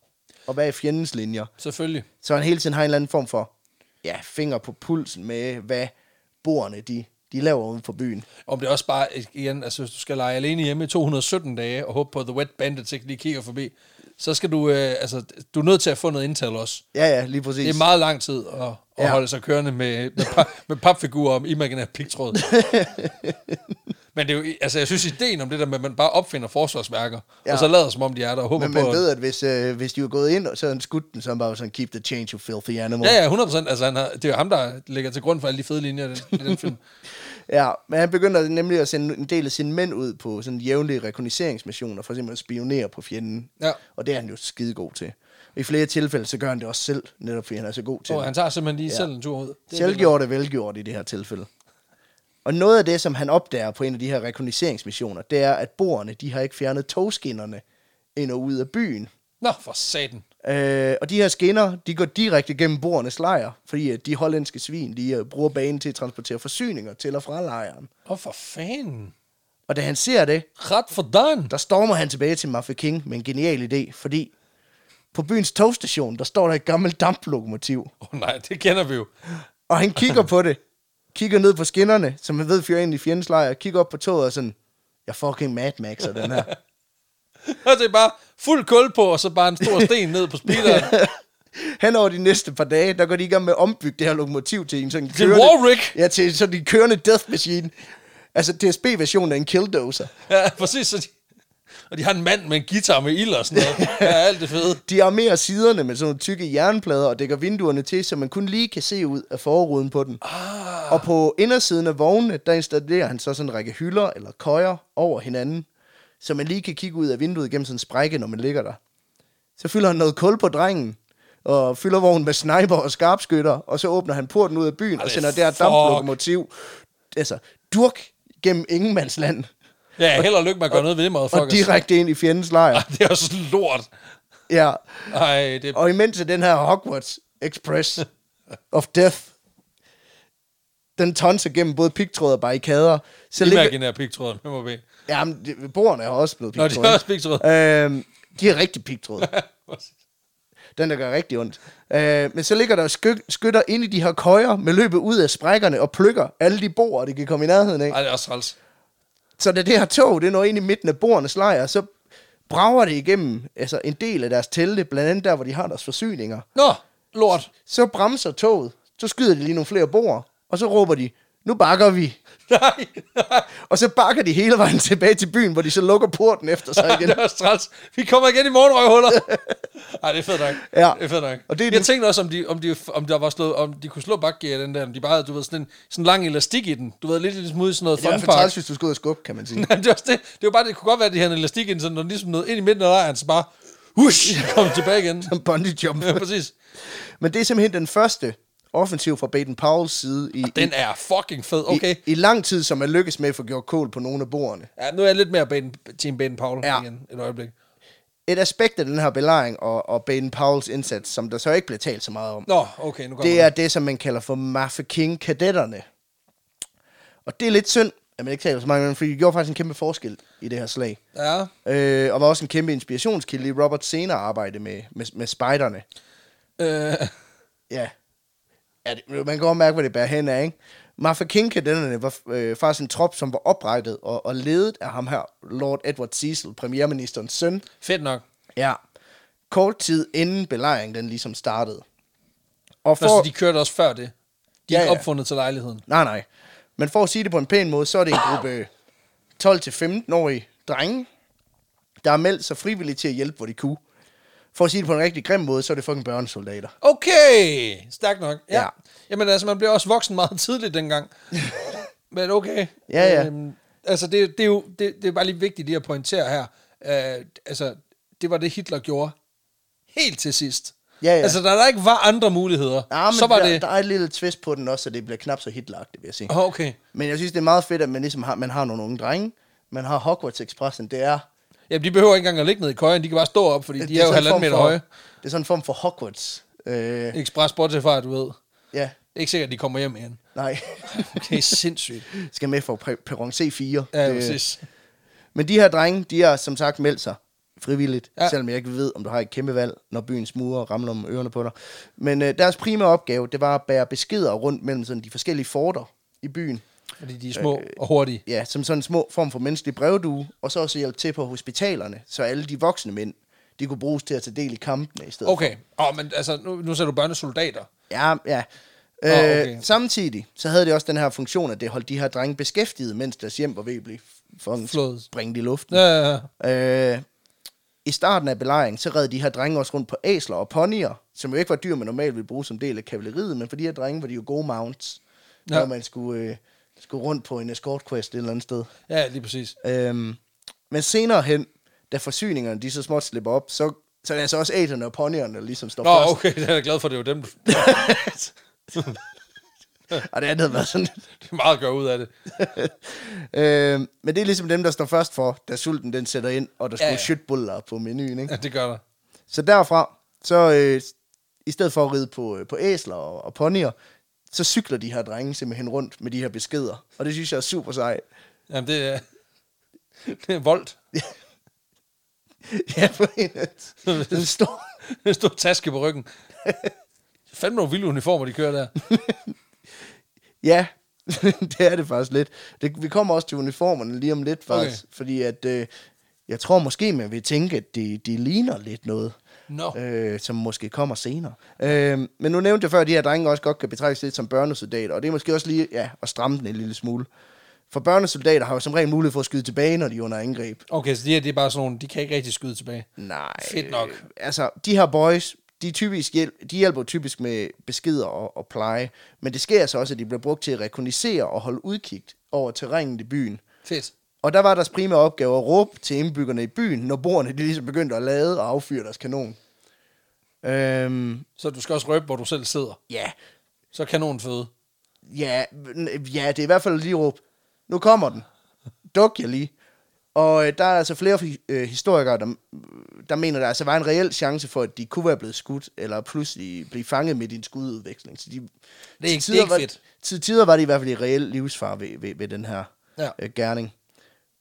og bag fjendens linjer. Selvfølgelig. Så han hele tiden har en eller anden form for ja, finger på pulsen med, hvad borerne de, de laver uden for byen. Om det er også bare, igen, altså hvis du skal lege alene hjemme i 217 dage, og håbe på, at The Wet Bandits ikke lige kigger forbi, så skal du, øh, altså, du er nødt til at få noget intel også. Ja, ja, lige præcis. Det er meget lang tid at, at Ja. ja. holde sig kørende med, med, pa- med papfigurer om imaginær pigtråd. Men det er jo, altså, jeg synes, ideen om det der med, at man bare opfinder forsvarsværker, ja. Ja. og så lader som om de er der og håber Men man på... at- ved, at hvis, øh, hvis de var gået ind, og så havde han skudt den, så var han bare sådan, keep the change, you filthy animal. Ja, ja, 100 Altså, han har, det er jo ham, der ligger til grund for alle de fede linjer i den, i den film. Ja, men han begynder nemlig at sende en del af sine mænd ud på sådan jævnlige rekogniseringsmissioner, for eksempel at spionere på fjenden. Ja. Og det er han jo skide god til. I flere tilfælde, så gør han det også selv, netop fordi han er så god til Og det. han tager simpelthen lige Ja. ja. selv en tur ud. Det er vildt. Selvgjort er velgjort i det her tilfælde. Og noget af det, som han opdager på en af de her rekogniseringsmissioner, det er, at boerne, de har ikke fjernet togskinnerne ind og ud af byen. Nå, for satan. Øh, og de her skinner, de går direkte gennem boernes lejr, fordi at de hollandske svin, de øh, bruger banen til at transportere forsyninger til og fra lejren. Åh, for fanden. Og da han ser det, Ret for den. der stormer han tilbage til Mafia King med en genial idé, fordi på byens togstation, der står der et gammelt damplokomotiv. Åh oh, nej, det kender vi jo. Og han kigger på det. Kigger ned på skinnerne, som han ved fyrer ind i fjendens lejr. Kigger op på toget og sådan, jeg fucking Mad Max den her. Og det er bare fuld kul på, og så bare en stor sten ned på speederen. Han over de næste par dage, der går de i gang med at ombygge det her lokomotiv til en sådan Til Warwick. Ja, til sådan en kørende death machine. Altså DSB-versionen af en killdozer. Ja, præcis. Så de, og de har en mand med en guitar med ild og sådan noget. Ja, alt det fede. De armerer siderne med sådan nogle tykke jernplader og dækker vinduerne til, så man kun lige kan se ud af forruden på den. Ah. Og på indersiden af vognene, der installerer han så sådan en række hylder eller køjer over hinanden, så man lige kan kigge ud af vinduet gennem sådan en sprække, når man ligger der. Så fylder han noget kul på drengen, og fylder vognen med sniper og skarpskytter, og så åbner han porten ud af byen og det sender det her fuck. damplokomotiv, altså durk gennem ingenmandsland, Ja, held og lykke med at gøre noget ved det, og motherfuckers. direkte ind i fjendens lejr. Ej, det er også lort. Ja. Ej, det er... Og imens er den her Hogwarts Express of Death, den tonser gennem både pigtråd og barrikader. Så ligger, Imaginær pigtråden, jeg må bede. jamen, de- boerne er også blevet Nå, de pigtråd. er også pigtråd. Øhm, de er rigtig pigtråd. Den, der gør rigtig ondt. Øh, men så ligger der sky- skytter inde i de her køjer med løbet ud af sprækkerne og plukker alle de boer, det kan komme i nærheden af. Ej, det er også træls. Så da det her tog, det når ind i midten af bordernes lejr, så brager det igennem altså en del af deres telte, blandt andet der, hvor de har deres forsyninger. Nå, lort. Så bremser toget, så skyder de lige nogle flere bord, og så råber de, nu bakker vi. Nej, nej. Og så bakker de hele vejen tilbage til byen, hvor de så lukker porten efter sig Ej, igen. det er også træls. Vi kommer igen i morgen, røvhuller. Ej, det er fedt nok. Ja. Det er fedt nok. Og Og det det er jeg den- tænkte også, om de, om de, om der var slået, om de kunne slå bakgear i den der, om de bare havde, du ved, sådan en sådan lang elastik i den. Du ved, lidt ligesom ude i sådan noget Det er i hvert fun fald park. træls, hvis du skal ud og skubbe, kan man sige. Jamen, det, er også det. det var bare, det kunne godt være, at de havde en elastik ind, så når de ligesom nåede ind i midten af lejren, så bare, hush, kom tilbage igen. Som bungee jump. Ja, præcis. Men det er simpelthen den første offensiv fra Baden Powells side i, Ah, Den er fucking fed. Okay. i, i, lang tid, som er lykkes med at få gjort kål på nogle af bordene. Ja, nu er jeg lidt mere ben, Team Ben Paul Ja. ja. igen et øjeblik. Et aspekt af den her belejring og, og Baden Powells indsats, som der så ikke bliver talt så meget om, Nå, okay, nu kommer det er det, som man kalder for Mafia King-kadetterne. Og det er lidt synd, at man ikke taler så meget om dem, fordi de gjorde faktisk en kæmpe forskel i det her slag. Ja. Øh, og var også en kæmpe inspirationskilde i Roberts senere arbejde med, med, med spejderne. Øh, Ja. ja det, man kan godt mærke, hvor det bærer hen af, ikke? Mafia King-kadetterne var øh, faktisk en trop, som var oprettet og, og ledet af ham her, Lord Edward Cecil, premierministerens søn. fedt nok. Ja. Kort tid inden belejringen, den ligesom startede. Og For... Altså, de kørte også før det. De er ja, Ja, ja. ja. opfundet til lejligheden. Nej, nej. Men for at sige det på en pæn måde, så er det en gruppe 12-15-årige drenge, der har meldt sig frivilligt til at hjælpe, hvor de kunne. For at sige det på en rigtig grim måde, så er det fucking børnesoldater. Okay, stærkt nok. Ja. Ja. ja. Jamen altså, man blev også voksen meget tidligt dengang. Men okay. Ja, ja. Øhm, altså, det, det, er jo, det, det er bare lige vigtigt lige at pointere her. Øh, altså, det var det Hitler gjorde helt til sidst. Ja, ja. Altså, da der ikke var andre muligheder, Ja, men så var der, det... der er et lille twist på den også, så det bliver knap så hitlagtigt, vil jeg sige. Åh, Okay. Men jeg synes, det er meget fedt, at man ligesom har, man har nogle unge drenge, man har Hogwarts Expressen, det er... Jamen, de behøver ikke engang at ligge ned i køjen, de kan bare stå op, fordi de det er jo sådan en halvanden form meter for, høje. Det er sådan en form for Hogwarts. Øh, Express, bortset fra, at du ved. ja, Det er ikke sikkert, at de kommer hjem igen. nej. Okay, sindssygt. Skal med for pre- perron C4. Ja, Det- præcis. Men de her drenge, de har som sagt meldt sig frivilligt, ja. Ja. selvom jeg ikke ved, om du har et kæmpe valg, når byen smuger og ramler om ørerne på dig. Men øh, deres primære opgave, det var at bære beskeder rundt mellem sådan de forskellige forter i byen. Fordi de er små og hurtige. Ja, som sådan en små form for menneskelig brevdue, og så også hjælpe til på hospitalerne, så alle de voksne mænd, de kunne bruges til at tage del i kampene i stedet. Okay, Åh, men altså, nu, nu ser du børnesoldater. Ja, ja. Øh, Nå, okay. Samtidig, så havde det også den her funktion, at det holdt de her drenge beskæftiget, mens deres hjem var ved at blive fucking Flået. sprængt i luften. Ja, ja, ja. Øh, I starten af belejringen, så red de her drenge også rundt på æsler og ponyer, som jo ikke var dyr, man normalt ville bruge som del af kavaleriet, men for de her drenge var de jo gode mounts, ja. Ja. når man skulle øh, skulle rundt på en escort quest et eller andet sted. Ja, lige præcis. Øhm, men senere hen, da forsyningerne de så småt slipper op, så, så er det altså også æterne og ponyerne, der ligesom står Nå, først. okay, det er jeg glad for, det er jo dem, Og det andet havde været sådan lidt. det er meget at gøre ud af det. øhm, men det er ligesom dem, der står først for, da sulten den sætter ind, og Ja, der skulle ja. ja. shitbuller på menuen. Ikke? Ja, det gør der. Så derfra, så øh, i stedet for at ride på, øh, på æsler og, og ponyer, så cykler de her drenge simpelthen rundt med de her beskeder. Og det synes jeg er super sejt. Jamen, det er, det er voldt. ja, på en af den store... En stor taske på ryggen. Fandme nogle vilde uniformer, de kører der. Ja, det er det faktisk lidt. Det, vi kommer også til uniformerne lige om lidt faktisk, okay. fordi at øh, jeg tror måske, man vil tænke, at de, de ligner lidt noget, Nå, no. øh, som måske kommer senere. Øh, men nu nævnte jeg før, at de her drenge også godt kan betragtes lidt som børnesoldater, og det er måske også lige ja, at stramme den en lille smule. For børnesoldater har jo som regel mulighed for at skyde tilbage, når de er under angreb. okay, så de her, det er bare sådan nogle, de kan ikke rigtig skyde tilbage. Nej. Fedt nok. øh, Altså, de her boys, de, er typisk hjælp, de hjælper typisk med beskeder og, og pleje, men det sker så også, at de bliver brugt til at rekognisere og holde udkig over terrænet i byen. Fedt. Og der var deres primære opgave at råbe til indbyggerne i byen, når boerne de ligesom begyndte at lade og affyre deres kanon. Øhm, Så du skal også røbe, hvor du selv sidder. ja, Så er kanonen fede. ja, n- ja, det er i hvert fald lige råb. Nu kommer den. Duk jer lige. Og øh, der er altså flere øh, historikere, der, der mener, der altså var en reel chance for, at de kunne være blevet skudt, eller pludselig blive fanget midt i en skududveksling. Så de, det det er ikke var, fedt. Til tider var det i hvert fald i reel livsfar ved, ved, ved den her Ja. ja. øh, gerning.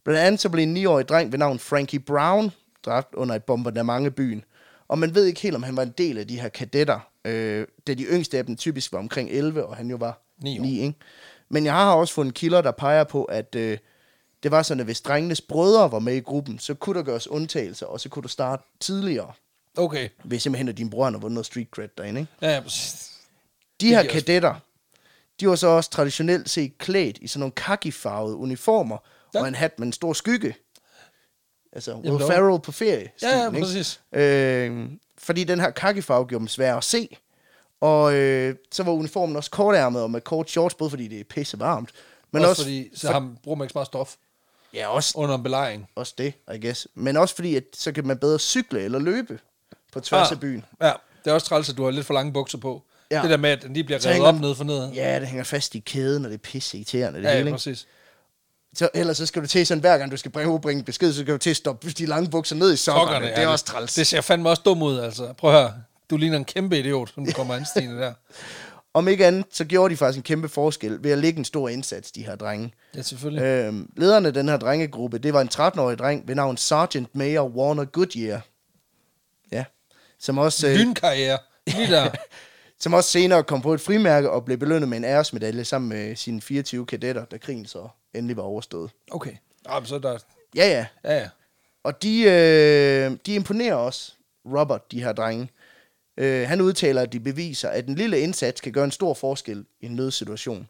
Blandt andet så blev en 9-årig dreng ved navn Frankie Brown dræbt under et bombardement i byen. Og man ved ikke helt, om han var en del af de her kadetter, øh, da de yngste af dem typisk var omkring 11, og han jo var Ni 9. år. ikke? Men jeg har også fundet kilder, der peger på, at øh, det var sådan, at hvis drengenes brødre var med i gruppen, så kunne der gøres undtagelser, og så kunne du starte tidligere, Okay. ved simpelthen, at din bror har vundet noget street cred derinde. Ikke? Ja, ja, præcis. De her giver også- kadetter, de var så også traditionelt set klædt i sådan nogle kakifarvede uniformer, Ja. ja. og en hat med en stor skygge. Altså Will dog. Ferrell på ferie. Ja, ja, præcis. Øh, fordi den her kakifarve gjorde dem svære at se. Og øh, så var uniformen også kortærmet og med kort shorts, både fordi det er pisse varmt. Men Men også, også, også fordi, så for... ham bruger man ikke så meget stof ja, også, under en belejring. også det, I guess. Men også fordi, at så kan man bedre cykle eller løbe på tværs Ah, af byen. Ja, det er også træls, at du har lidt for lange bukser på. Ja. Ja. Det der med, at den lige bliver Så revet hænger op den- ned for ned. Ja, det hænger fast i kæden, og det er pisse irriterende. Det ja, ja hele, ikke? præcis. Så, ellers så skal du til sådan, hver gang du skal bringe, bringe en besked, så skal du til at stoppe de lange bukser ned i sokkerne. Sokkerne, det er også træls. Det ser fandme også dum ud, altså. Prøv at høre. Du ligner en kæmpe idiot, som kommer anstigende der. Om ikke andet, så gjorde de faktisk en kæmpe forskel ved at lægge en stor indsats, de her drenge. Ja, selvfølgelig. Øh. Øhm, lederen af den her drengegruppe, det var en 13-årig dreng ved navn Sergeant Major Warner Goodyear. Ja. Som også, øh, Lynkarriere. Lige der. som også senere kom på et frimærke og blev belønnet med en æresmedalje sammen med sine 24 kadetter, da krigen så endelig var overstået. Okay. Ja, men så er der... Ja, ja. Ja, ja. Og de, øh, de imponerer også Robert, de her drenge. Øh, han udtaler, at de beviser, at en lille indsats kan gøre en stor forskel i en nødsituation.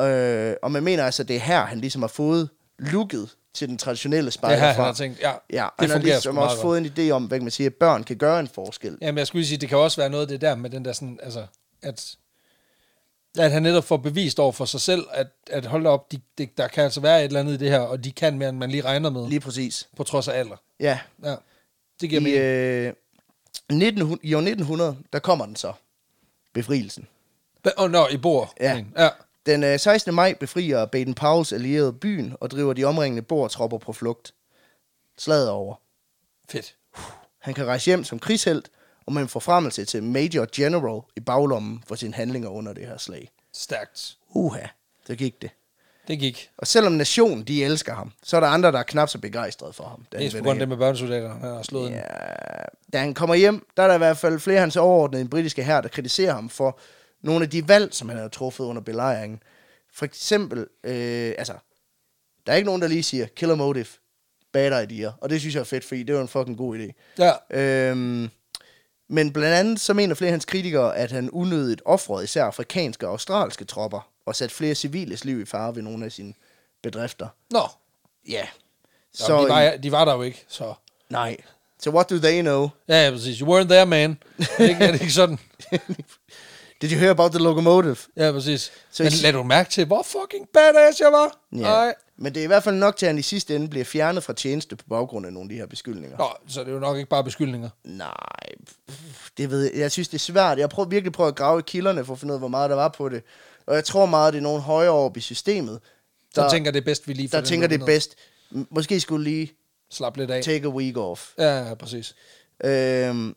Øh, og man mener altså, at det er her, han ligesom har fået looket til den traditionelle Det spejder er her, han fra. har tænkt, ja, ja, og det han har fungerer ligesom sgu meget også godt. fået en idé om, hvad kan man sige, at børn kan gøre en forskel. Jamen, jeg skulle lige sige, det kan også være noget af det der med den der sådan, altså, at, at han netop får bevist over for sig selv, at, at hold da op, de, de, der kan altså være et eller andet i det her, og de kan mere, end man lige regner med, lige. Lige præcis. på trods af alder. Ja. Ja, det giver I, mening. øh, 1900, I år 1900, der kommer den så. Befrielsen. Hva- Åh, nå, i bord. Ja. ja. Den øh, 16. maj befrier Baden Powells allierede byen og driver de omringende bortropper på flugt. Slaget er over. Fedt. Han kan rejse hjem som krigshelt og med en forfremmelse til Major General i baglommen for sine handlinger under det her slag. Stærkt. Uha, så gik det. Det gik. Og selvom nationen, de elsker ham, så er der andre, der er knap så begejstrede for ham. da Det er han sgu vender godt det hjem. med børnesoldaterne, han har slået yeah. Da han kommer hjem, der er der i hvert fald flere af hans overordnede i den britiske hær, der kritiserer ham for nogle af de valg, som han har truffet under belejringen. For eksempel, øh, altså, der er ikke nogen, der lige siger, killer motive, bad idea, og det synes jeg er fedt, fordi det var en fucking god idé. Ja, Øhm, men blandt andet så mener flere af hans kritikere, at han unødigt offrede især afrikanske og australske tropper, og satte flere civiles liv i fare ved nogle af sine bedrifter. nå. Ja. Så, de, var, de var der jo ikke, så... nej. Så so what do they know? Ja, ja, præcis. You weren't there, man. Det er ikke, er det ikke sådan? Did you hear about the locomotive? Ja, præcis. Så Så Men I- lad du mærke til, hvor fucking badass jeg var? Ja. Nej. Men det er i hvert fald nok til, at han i sidste ende bliver fjernet fra tjeneste på baggrund af nogle af de her beskyldninger. Nå, så det er jo nok ikke bare beskyldninger. Nej, pff, det ved jeg. Jeg synes, det er svært. Jeg prøver virkelig prøver at grave i kilderne for at finde ud af, hvor meget der var på det. Og jeg tror meget, det er nogen højere oppe i systemet, Så der, tænker det er bedst, vi lige får der den tænker, det er åbnet. bedst. M- Måske skulle lige Slap lidt af. take a week off. Ja, ja, præcis. Øhm,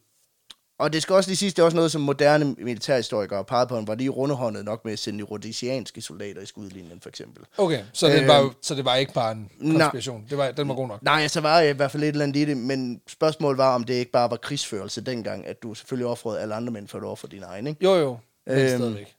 og det skal også lige siges, det er også noget, som moderne militærhistorikere har peget på, var lige rundehåndet nok med at sende de rhodesianske soldater i skudlinjen, for eksempel. Okay, så det, Øh, var, jo, så det var ikke bare en nej. konspiration. Det var, den var god nok. Nej, altså var jeg i hvert fald et eller andet i det, men spørgsmålet var, om det ikke bare var krigsførelse dengang, at du selvfølgelig offrede alle andre mænd for at offre din egen, ikke? Jo, jo. Men Øhm, øhm, stadigvæk.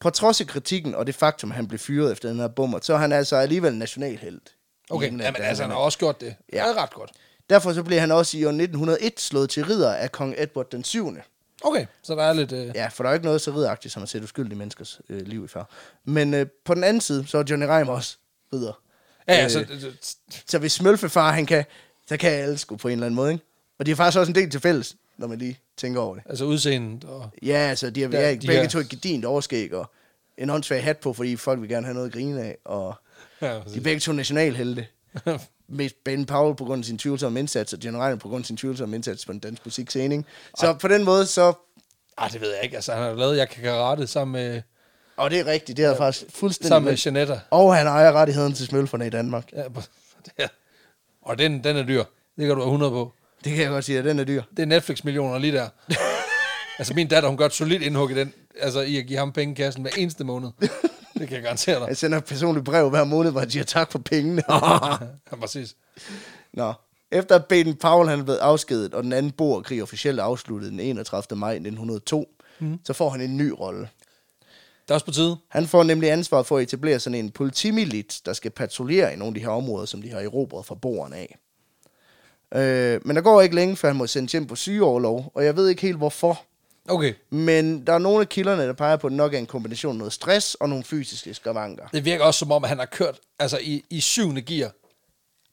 På trods af kritikken og det faktum, at han blev fyret efter den her bummer, så er han altså alligevel nationalhelt. i Okay, England, jamen, da altså, han han- har også gjort det. øh, Ja. Ja. Det er ret godt. Derfor så blev han også i år 1901 slået til ridder af kong Edward den 7. Okay, så der er lidt... Øh, Ja, for der er jo ikke noget så ridderagtigt, som at sætte uskyldige menneskers øh, liv i far. Men øh, på den anden side, så er Johnny Reim også ridder. ja, ja, Øh, så, det- det- så hvis Smølfefar, han kan, så kan alle sgu på en eller anden måde, ikke? Og de har faktisk også en del til fælles, når man lige tænker over det. altså udseendet og... Ja, altså, de har ja, Ja, ja, de begge har- to et gedint overskæg og en håndsvag hat på, fordi folk vil gerne have noget at grine af, og Ja, de er præcis. begge to nationalhelte. Med Ben Powell på grund af sin tvivlsomme indsats, og John Reiner på grund af sin tvivlsomme indsats på den danske musikscene. ikke? Så på den måde, så... Ej, det ved jeg ikke. Altså, han har lavet Jeg kan karate sammen med, Og det er rigtigt, det er ja, faktisk fuldstændig... sammen med Janetta. Og han ejer rettigheden til smølferne i Danmark. Ja, på- det er. Og den, den er dyr. Det kan du have 100 på. Det kan jeg godt sige, at den er dyr. Det er Netflix-millioner lige der. altså, min datter, hun gør et solidt indhug i den. Altså, i at give ham penge i kassen hver eneste måned. Det kan jeg garantere dig. Jeg sender et personligt brev hver måned, hvor jeg siger tak for pengene. Ja, præcis. Nå. Efter at Baden Powell han blev afskedet, og den anden borgerkrig officielt afsluttet den 31. maj 1902, mm. så får han en ny rolle. Det er også på tide. Han får nemlig ansvaret for at etablere sådan en politimilit, der skal patruljere i nogle af de her områder, som de har erobret fra borgerne af. Øh, men der går ikke længe, før han må sendes hjem på sygeoverlov, og jeg ved ikke helt hvorfor. Okay, Men der er nogle af kilderne, der peger på, at det nok er en kombination af noget stress og nogle fysiske skavanker. det virker også som om, at han har kørt altså, i, i syvende gear.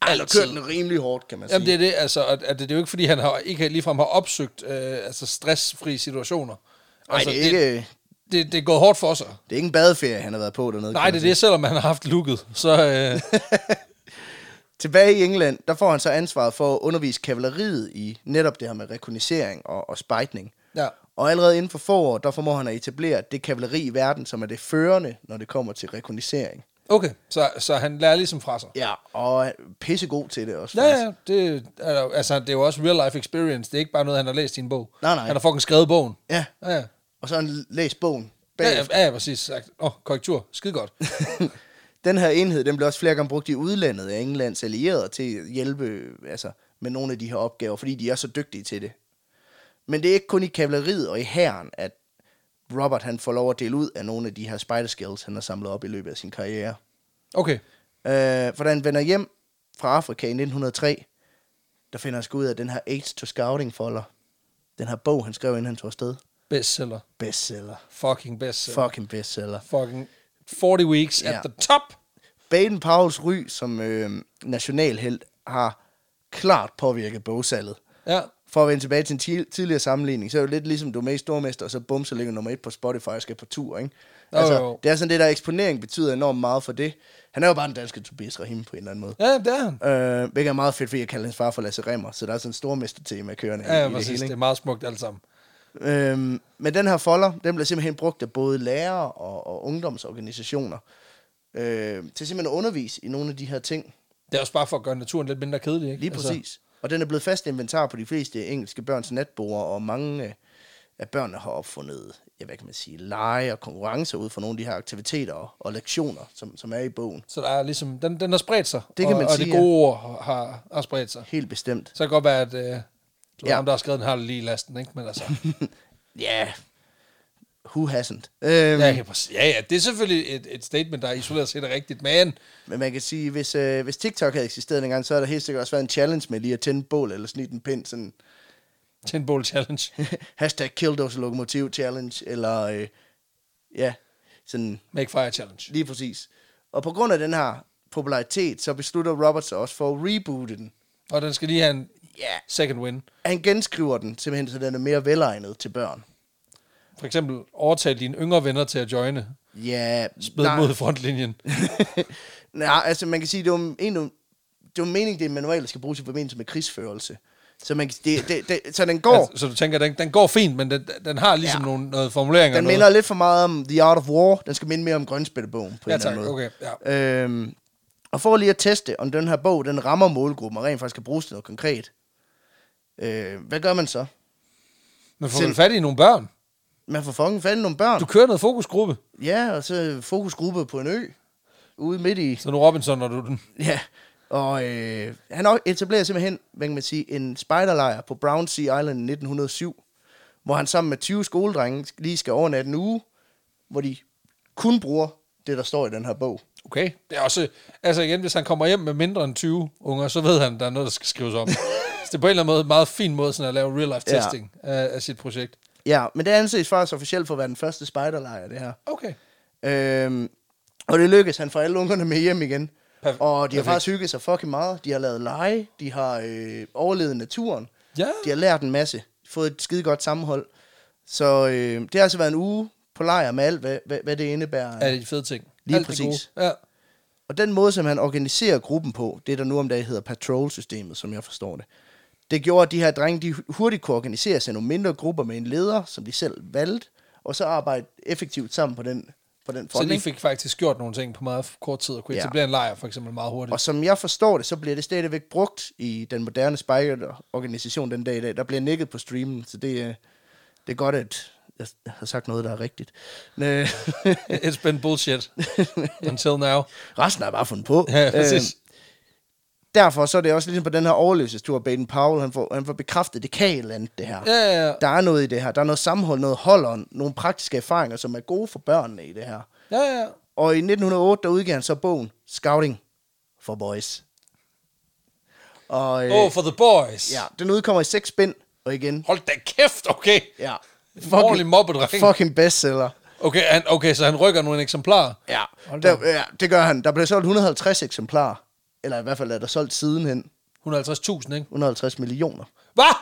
Han har kørt den rimelig hårdt, kan man sige. Jamen det er det, altså, at, at det, det er jo ikke fordi, han har, ikke ligefrem har opsøgt øh, altså stressfri situationer. Nej, altså, det, er ikke, det... det, det, det er gået hårdt for sig. det er ikke en badeferie, han har været på dernede. Nej, det er det, selvom han har haft lukket. Så øh, Tilbage i England, der får han så ansvaret for at undervise kavaleriet i netop det her med rekognisering og, og spejtning. ja, Og allerede inden for få år, der formår han at etablere det kavaleri i verden, som er det førende, når det kommer til rekognisering. okay. Så, så han lærer ligesom fra sig. Ja, og er pissegod til det også. Ja, faktisk. ja, det, er der jo- altså, det er jo også real life experience. Det er ikke bare noget, han har læst i en bog. Nej, nej. Han har fucking skrevet bogen. ja. Ja, ja. Og så har han læst bogen Ja, ja, bagefter. ja, ja, præcis. Sagt. Åh, oh, korrektur. Skide godt. Den her enhed, den blev også flere gange brugt i udlandet af Englands allierede til at hjælpe altså, med nogle af de her opgaver, fordi de er så dygtige til det. Men det er ikke kun i kavaleriet og i hæren, at Robert han får lov at dele ud af nogle af de her spider skills, han har samlet op i løbet af sin karriere. Okay. Øh, for da han vender hjem fra Afrika i 1903, der finder han sgu ud af den her Aids to Scouting folder. Den her bog, han skrev, inden han tog afsted. Bestseller. Bestseller. Fucking bestseller. Fucking bestseller. Fucking 40 weeks Ja. at the top. Baden Powells ry som øh, nationalhelt har klart påvirket bogsalget. Ja. For at vende tilbage til en ti- tidligere sammenligning, så er det jo lidt ligesom, du er med i Stormester, og så bum, så ligger nummer et på Spotify og skal på tur, ikke? Jo, Altså, jo. det er sådan det der eksponering betyder enormt meget for det. Han er jo bare den danske Tobias Rahim på en eller anden måde. Ja, det er han. Øh, hvilket er meget fedt, fordi jeg kalder hans far for Lasse Remmer, så der er sådan en stormestertema kørende Ja, ja i præcis. det Det, hele. er meget smukt alt sammen. ikke? Øhm, men den her folder, den bliver simpelthen brugt af både lærere og, og ungdomsorganisationer øh, til simpelthen at undervise i nogle af de her ting. Det er også bare for at gøre naturen lidt mindre kedelig, ikke? Lige præcis. Altså. Og den er blevet fast inventar på de fleste engelske børns natborer, og mange øh, af børnene har opfundet, ja, hvad kan man sige, lege og konkurrencer ud fra nogle af de her aktiviteter og, og lektioner, som, som er i bogen. så der er ligesom, den, den har spredt sig. Det kan og, man og sige, det gode ord har- har, har spredt sig. Helt bestemt. Så kan det godt være, at øh, du Ja. ja. ham, der har skrevet den, har lige lasten, ikke? Men altså, Ja, yeah. who hasn't? Øhm, ja, ja, præcis. ja, ja, det er selvfølgelig et, et statement, der er isoleret set er rigtigt, men Men man kan sige, hvis, øh, hvis TikTok havde eksisteret dengang, så havde der helt sikkert også været en challenge med lige at tænde et bål eller snit en pind, sådan til en bowl challenge. hashtag kill those lokomotiv challenge, eller øh, ja, sådan Make fire challenge. lige præcis. Og på grund af den her popularitet, så beslutter Robert sig også for at reboote den. Og den skal lige have en Ja. second win. Han genskriver den simpelthen, så den er mere velegnet til børn. For eksempel overtale dine yngre venner til at joine. Ja, Spæd mod frontlinjen. nej, altså man kan sige, det var en, det var meningen, det er en manual, der skal bruges i forbindelse med krigsførelse. Så, man kan, det, det, det, så den går, Altså, så du tænker, den, den går fint, men den, den har ligesom Ja. ja. nogle noget formuleringer. den og noget. minder lidt for meget om The Art of War. Den skal minde mere om Grønspættebogen på en Ja, eller tak. anden måde. Okay, ja. Øhm, og for lige at teste, om den her bog, den rammer målgruppen, og rent faktisk kan bruges til noget konkret. Øh, hvad gør man så? Men får Selv- du fat i nogle børn? Man får fucking fat i nogle børn. Du kører noget fokusgruppe. Ja, og så fokusgruppe på en ø, ude midt i. Så nu Robinson, når du den. Ja, og øh, han o- etablerer simpelthen, hvad kan man sige, en spejderlejr på Brown Sea Island i 1907, hvor han sammen med 20 skoledrenge lige skal overnatte en uge, hvor de kun bruger det, der står i den her bog. Okay. Det er også... Altså igen, hvis han kommer hjem med mindre end 20 unger, så ved han, der er noget, der skal skrives om. så det er på en eller anden måde en meget fin måde sådan at lave real-life Ja. testing af, af sit projekt. Ja, men det anses faktisk officielt for at være den første spejderlejr, det her. Okay. Øhm, og det lykkedes, han får alle ungerne med hjem igen. Perf- og de har perfekt. faktisk hygget sig fucking meget. De har lavet lege, de har øh, overlevet naturen, Ja. de har lært en masse, fået et skide godt sammenhold. Så øh, det har altså været en uge på lejr med alt, hvad, hvad, hvad det indebærer. Er det de fede ting? Lige det præcis. gode. Ja. Og den måde, som han organiserer gruppen på, det der nu om dagen hedder patrol-systemet, som jeg forstår det, det gjorde, at de her drenge de hurtigt kunne organisere sig i nogle mindre grupper med en leder, som de selv valgte, og så arbejde effektivt sammen på den, på den Så front. de ikke? fik faktisk gjort nogle ting på meget kort tid, og kunne Ja. etablere en lejr for eksempel meget hurtigt. Og som jeg forstår det, så bliver det stadigvæk brugt i den moderne spejderorganisation den dag i dag. Der bliver nikket på streamen, så det, øh, det er godt, at jeg har sagt noget, der er rigtigt. Men, øh, It's been bullshit until now. resten er bare fundet på. Øhm, Ja, præcis. derfor så er det også ligesom på den her overlevelsestur, Baden Powell, han får, han får bekræftet, det kan et eller andet, det her. Ja, ja, ja. Der er noget i det her. Der er noget sammenhold, noget holdånd, nogle praktiske erfaringer, som er gode for børnene i det her. ja, ja. Og i 1908, der udgav han så bogen Scouting for Boys. Og, øh, Oh, for the boys. Ja, den udkommer i seks bind, og igen, Hold da kæft, okay. ja. Ordentlig mobbedreng. Fucking bestseller. Okay, han, okay, så han rykker nogle eksemplarer. Ja. Hold da. Der, ja, det gør han. Der blev solgt 150 eksemplarer, eller i hvert fald er der solgt sidenhen 150.000, ikke? 150 millioner. Hvad?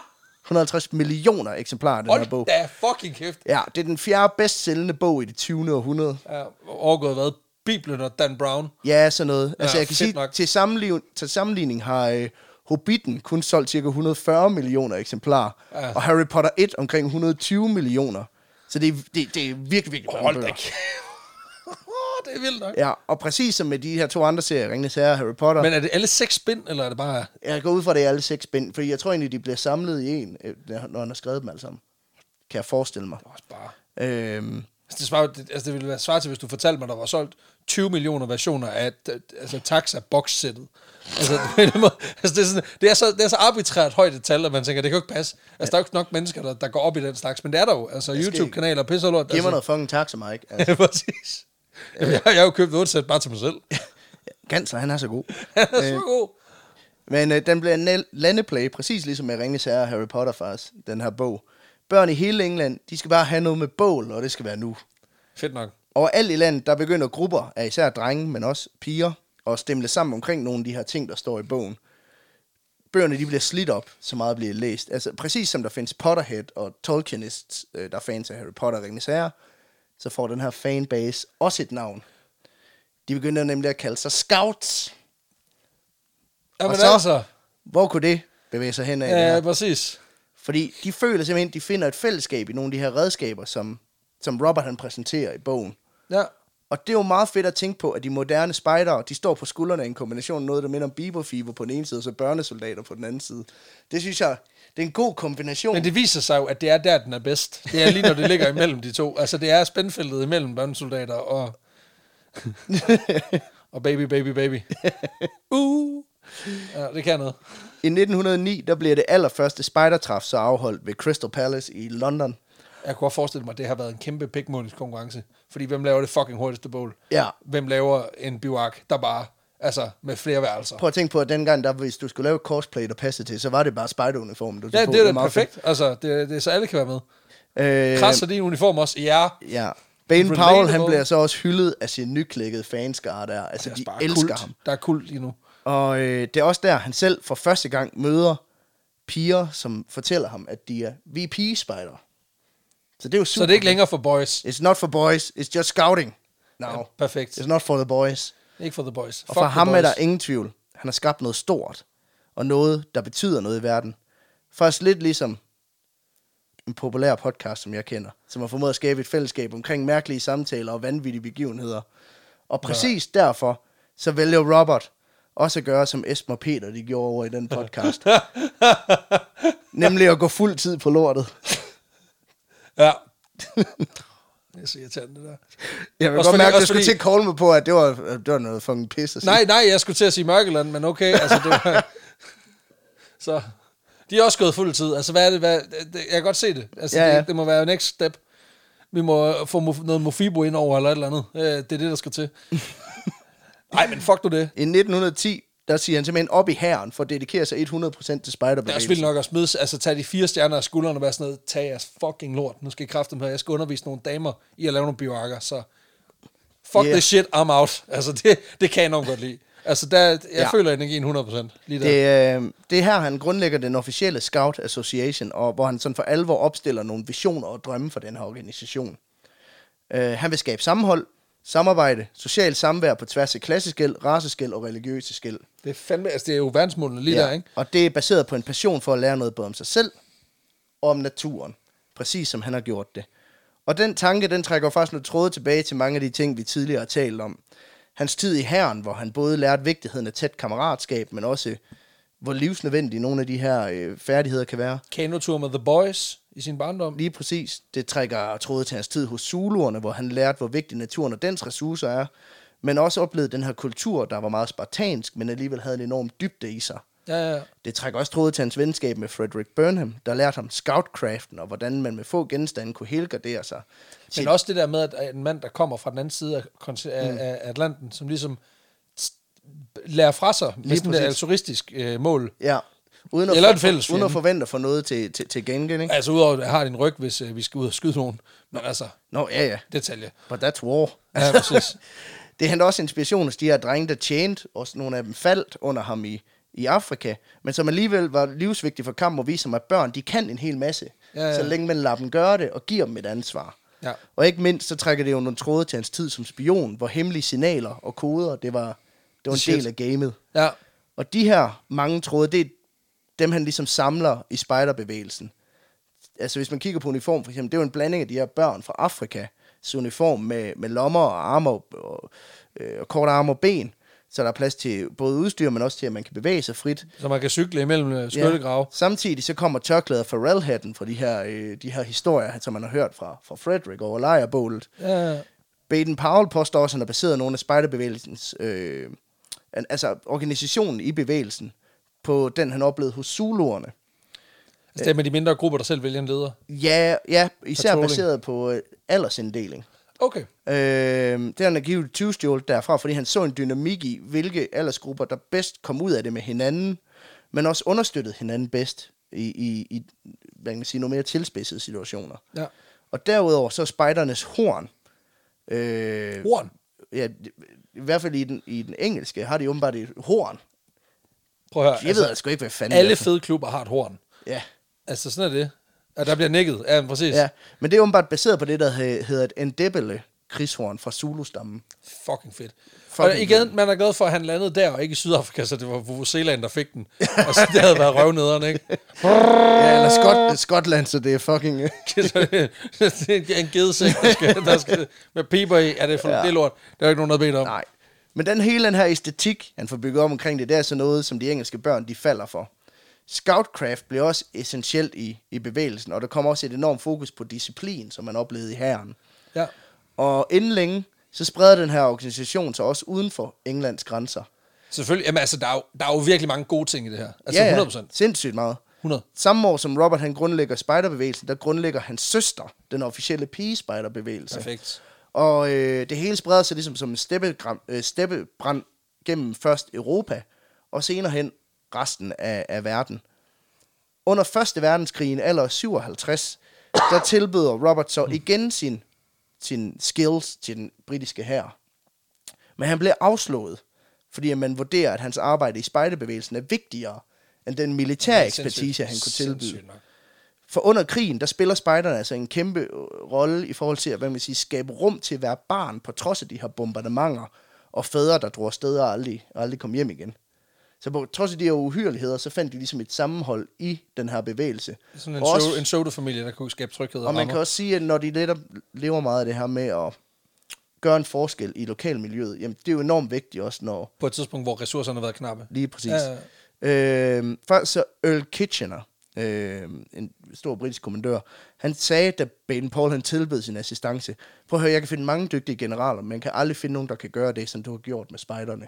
150 millioner eksemplarer af den her Hold bog. da fucking kæft. Ja, det er den fjerde bedst sælgende bog i det 20. århundrede. Ja, Øh, overgået hvad? Bibelen og Dan Brown. Ja, sådan noget. Altså, Ja, jeg kan fedt sige, nok. til, sammenligning, til sammenligning har øh, Hobbiten kun solgt ca. 140 millioner eksemplarer, Ja. og Harry Potter 1 omkring 120 millioner. Så det er, det, det er virkelig, virkelig mange Hold da bøger. kæft. Åh, det er vildt nok. Ja, og præcis som med de her to andre serier, Ringnes Herre og Harry Potter, Men... Men er det alle seks spin, eller er det bare... jeg går ud fra, at det er alle seks bind, fordi jeg tror egentlig, de bliver samlet i en, øh, når han har skrevet dem alle sammen. Kan jeg forestille mig. Også bare... Øhm, Altså, det, svarer, det, altså, det ville være svar til, hvis du fortalte mig, der var solgt 20 millioner versioner af d- altså, taxa boxsættet. Altså, på en eller anden måde- altså, det, er sådan, det, er så, det er så arbitrært højt et tal, at man tænker, det kan jo ikke passe. Altså, der er jo ikke nok mennesker, der, der går op i den slags, men det er der jo. Altså, skal YouTube-kanaler og pisse og lort. giv mig altså. noget fucking taxa, Mike. Altså, Ja, præcis. Jamen, jeg, jeg har jo købt 8 sæt bare til mig selv. Gansler, han er så god. Øh, Han er så god. Men øh, den blev en nal- landeplage, præcis ligesom med Ringens Herre og Harry Potter faktisk, den her bog. Børn i hele England, de skal bare have noget med bål, og det skal være nu. Fedt nok. Overalt i landet, der begynder grupper af især drenge, men også piger, at stemle sammen omkring nogle af de her ting, der står i bogen. Bøgerne, de bliver slidt op, så meget bliver læst. Altså præcis som der findes Potterhead og Tolkienists, øh, der er fans af Harry Potter og Ringens Herre, så får den her fanbase også et navn. De begynder nemlig at kalde sig Scouts. Jamen, Og så- altså. Hvor kunne det bevæge sig hen af? Ja, præcis. Fordi de føler simpelthen, de finder et fællesskab i nogle af de her redskaber, som, som Robert han præsenterer i bogen. Ja. Og det er jo meget fedt at tænke på, at de moderne spejdere, de står på skuldrene af en kombination af noget, der minder om biberfiber på den ene side, og så børnesoldater på den anden side. Det synes jeg, det er en god kombination. Men det viser sig jo, at det er der, den er bedst. Det er lige, når det ligger imellem de to. Altså, det er spændfeltet imellem børnesoldater og... og baby, baby, baby. Uh. Ja, det kan noget. I 1909, der bliver det allerførste spejdertræf så afholdt ved Crystal Palace i London. Jeg kunne godt forestille mig, at det har været en kæmpe pikmålingskonkurrence. Fordi hvem laver det fucking hurtigste bål? Ja. Hvem laver en biwak, der bare... Altså, med flere værelser. Prøv at tænke på, at dengang, der, hvis du skulle lave et cosplay, der passede til, så var det bare spejderuniformen, du tog Ja, på. det er da meget perfekt. Altså, det, det, er så alle kan være med. fedt. Øh, Krasser din uniform også? Ja. Ja. Bane Relatable. Powell, han bliver så også hyldet af sin nyklækkede fanskare der. Altså, Det er de bare elsker kult. ham. Der er kult lige nu. Og øh, det er også der, han selv for første gang møder piger, som fortæller ham, at de er, vi er pigespejder. Så det er jo super. Så det er ikke længere for boys. It's not for boys, it's just scouting. No, Ja, perfekt. it's not for the boys. Ikke for the boys. Og Fuck for the ham boys. er der ingen tvivl. Han har skabt noget stort, og noget, der betyder noget i verden. Først lidt ligesom en populær podcast, som jeg kender, som har formået at skabe et fællesskab omkring mærkelige samtaler og vanvittige begivenheder. Og præcis ja. derfor, så vælger Robert også at gøre, som Esben og Peter de gjorde over i den podcast. Nemlig at gå fuld tid på lortet. Ja. det er så irriterende, det der. Jeg vil Også også godt fordi- mærke, at også du skulle fordi- til at call mig på, at det var, at det var noget fucking pis. at sige. Nej, nej, jeg skulle til at sige Mørkeland, men okay, altså det var... så... De er også gået fuld tid. Altså, hvad er det? Hvad, det, jeg kan godt se det. Altså, Ja, ja, ja. ja. Det, det, må være next step. Vi må øh, få mo- noget Mofibo ind over, eller et eller andet. Øh, Det er det, der skal til. Nej, men fuck du det. I 1910, der siger han simpelthen op i hæren for at dedikere sig 100% til Det er også vildt spejderbevægelsen. nok at smide, altså tage de fire stjerner af skuldrene og være sådan noget, tag jeres fucking lort, nu skal I kræfte med, jeg skal undervise nogle damer i at lave nogle bioarker, så fuck Yeah. yeah. this shit, I'm out. Altså det, det kan jeg enormt godt lide. Altså der, jeg Ja. ja. føler energien 100% lige der. Det, Det, øh, det er her, han grundlægger den officielle Scout Association, og hvor han sådan for alvor opstiller nogle visioner og drømme for den her organisation. Øh, han vil skabe sammenhold, samarbejde, socialt samvær på tværs af klasseskæld, raceskæld og religiøse skæld. det er fandme, altså det er jo verdensmålene lige ja. der, ikke? Og det er baseret på en passion for at lære noget både om sig selv og om naturen. Præcis som han har gjort det. Og den tanke, den trækker jo faktisk nogle tråde tilbage til mange af de ting, vi tidligere har talt om. Hans tid i herren, hvor han både lærte vigtigheden af tæt kammeratskab, men også hvor livsnødvendige nogle af de her øh, færdigheder kan være. Kanotur med The Boys i sin barndom. Lige præcis. Det trækker tråde til hans tid hos Zuluerne, hvor han lærte, hvor vigtig naturen og dens ressourcer er, men også oplevede den her kultur, der var meget spartansk, men alligevel havde en enorm dybde i sig. Ja, ja, ja. Det trækker også tråde til hans venskab med Frederick Burnham, der lærte ham scoutcraften og hvordan man med få genstande kunne helgardere sig. Men Sit, også det der med, at en mand, der kommer fra den anden side af, konti- af, af Atlanten, som ligesom s- lærer fra sig med Lige sådan et præcis. altruistisk øh, mål, ja, uden at, Eller en for- fælles uden at fjende. forvente at få noget til, til, til gengæld. Ikke? Altså udover, at jeg har din ryg, hvis øh, vi skal ud og skyde nogen. Men altså, Nå, ja, ja. detalje. But that's war. Ja, præcis. Det henter også inspiration hos de her drenge, der tjente, og nogle af dem faldt under ham i, i Afrika, men som alligevel var livsvigtige for kampen og viser mig, at børn, de kan en hel masse, ja, Ja, ja. ja. så længe man lader dem gøre det og giver dem et ansvar. Ja. Og ikke mindst, så trækker det jo nogle tråde til hans tid som spion, hvor hemmelige signaler og koder, det var, det var en Shit. del af gamet. Ja, Og de her mange tråde, det er dem, han ligesom samler i spejderbevægelsen. Altså hvis man kigger på uniform for eksempel, det er jo en blanding af de her børn fra Afrika, så uniform med, med lommer og arme og, og, øh, og korte arme og ben, så der er plads til både udstyr, men også til, at man kan bevæge sig frit. så man kan cykle imellem øh, skyttegrave. Samtidig så kommer tørklæder Pharrell-hatten fra de her, øh, de her historier, som man har hørt fra, fra Frederick over lejrbålet. Ja. ja. Baden Powell påstår også, at han har baseret nogle af spejderbevægelsens, øh, an- altså organisationen i bevægelsen, på den, han oplevede hos Zuluerne. Altså det er med de mindre grupper, der selv vælger en leder. Ja, ja især Patrolling. baseret på øh, aldersinddeling. Okay. Øh, det har han givet tyvstjålet derfra, fordi han så en dynamik i, hvilke aldersgrupper, der bedst kom ud af det med hinanden, men også understøttede hinanden bedst i, i, i hvad kan man sige, nogle mere tilspidsede situationer. Ja. Og derudover så er spejdernes horn. Øh, Horn. ja, i hvert fald i den, i den engelske, har de åbenbart et horn. Prøv at høre. Jeg altså, ved altså ikke, hvad fanden det alle er for- fede klubber har et horn. Ja. Altså sådan er det. Og der bliver nikket. Ja, men præcis. ja. Men det er åbenbart baseret på det, der he- hedder et endebele krigshorn fra Zulu-stammen. Fucking fedt. Fucking og igen, man er glad for, at han landede der, og ikke i Sydafrika, så det var Vuvuzeland, der fik den. Og så det havde været røvnederen, ikke? Ja, eller Skot- Skotland, så det er fucking... øh, Så det det er en gedesæk, der skal, der skal med piber i. Er det for Ja. ja. det er lort? Der er jo ikke nogen, der har bedt om. Nej. Men den hele den her æstetik, han får bygget om omkring det, det er sådan noget, som de engelske børn, de falder for. Scoutcraft blev også essentielt i, i bevægelsen, og der kom også et enormt fokus på disciplin, som man oplevede i hæren. Ja. Og inden længe, så spreder den her organisation sig også uden for Englands grænser. Selvfølgelig. Jamen, altså, der er, jo, der er jo virkelig mange gode ting i det her. Altså, ja, ja. 100 procent. sindssygt meget. 100. Samme år som Robert han grundlægger spejderbevægelsen, der grundlægger hans søster, den officielle pigespejderbevægelse. Perfekt. Og øh, det hele spreder sig ligesom som en steppegram, øh, steppebrand gennem først Europa, og senere hen resten af, af verden. Under 1. verdenskrig, i en alder af 57, der tilbyder Robert så igen sin, sin skills til den britiske hær. Men han blev afslået, fordi at man vurderer, at hans arbejde i spejderbevægelsen er vigtigere end den militære Sindssygt. ekspertise, han kunne tilbyde. Sindssygt nok. For under krigen, der spiller spejderne altså en kæmpe øh, rolle i forhold til at hvad man siger, skabe rum til at være barn, på trods af de her bombardementer og fædre, der drog afsted og aldrig, og aldrig kom hjem igen. Så på trods af de her uhyreligheder, så fandt de ligesom et sammenhold i den her bevægelse. Sådan en, Og også- også, en soda-familie, der kunne skabe tryghed og, og man kan rammer. også sige, at når de netop lever meget af det her med at gøre en forskel i lokalmiljøet, jamen det er jo enormt vigtigt også, når På et tidspunkt, hvor ressourcerne har været knappe. lige præcis. Ja, ja. Øh, faktisk så Earl Kitchener, øh, en stor britisk kommandør, han sagde, da Ben Paul han tilbød sin assistance, prøv at høre, jeg kan finde mange dygtige generaler, men jeg kan aldrig finde nogen, der kan gøre det, som du har gjort med spejderne.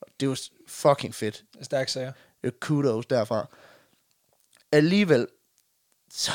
Og Det er jo s- fucking fedt. Stærk sager. Øh, Kudos derfra. Alligevel, så,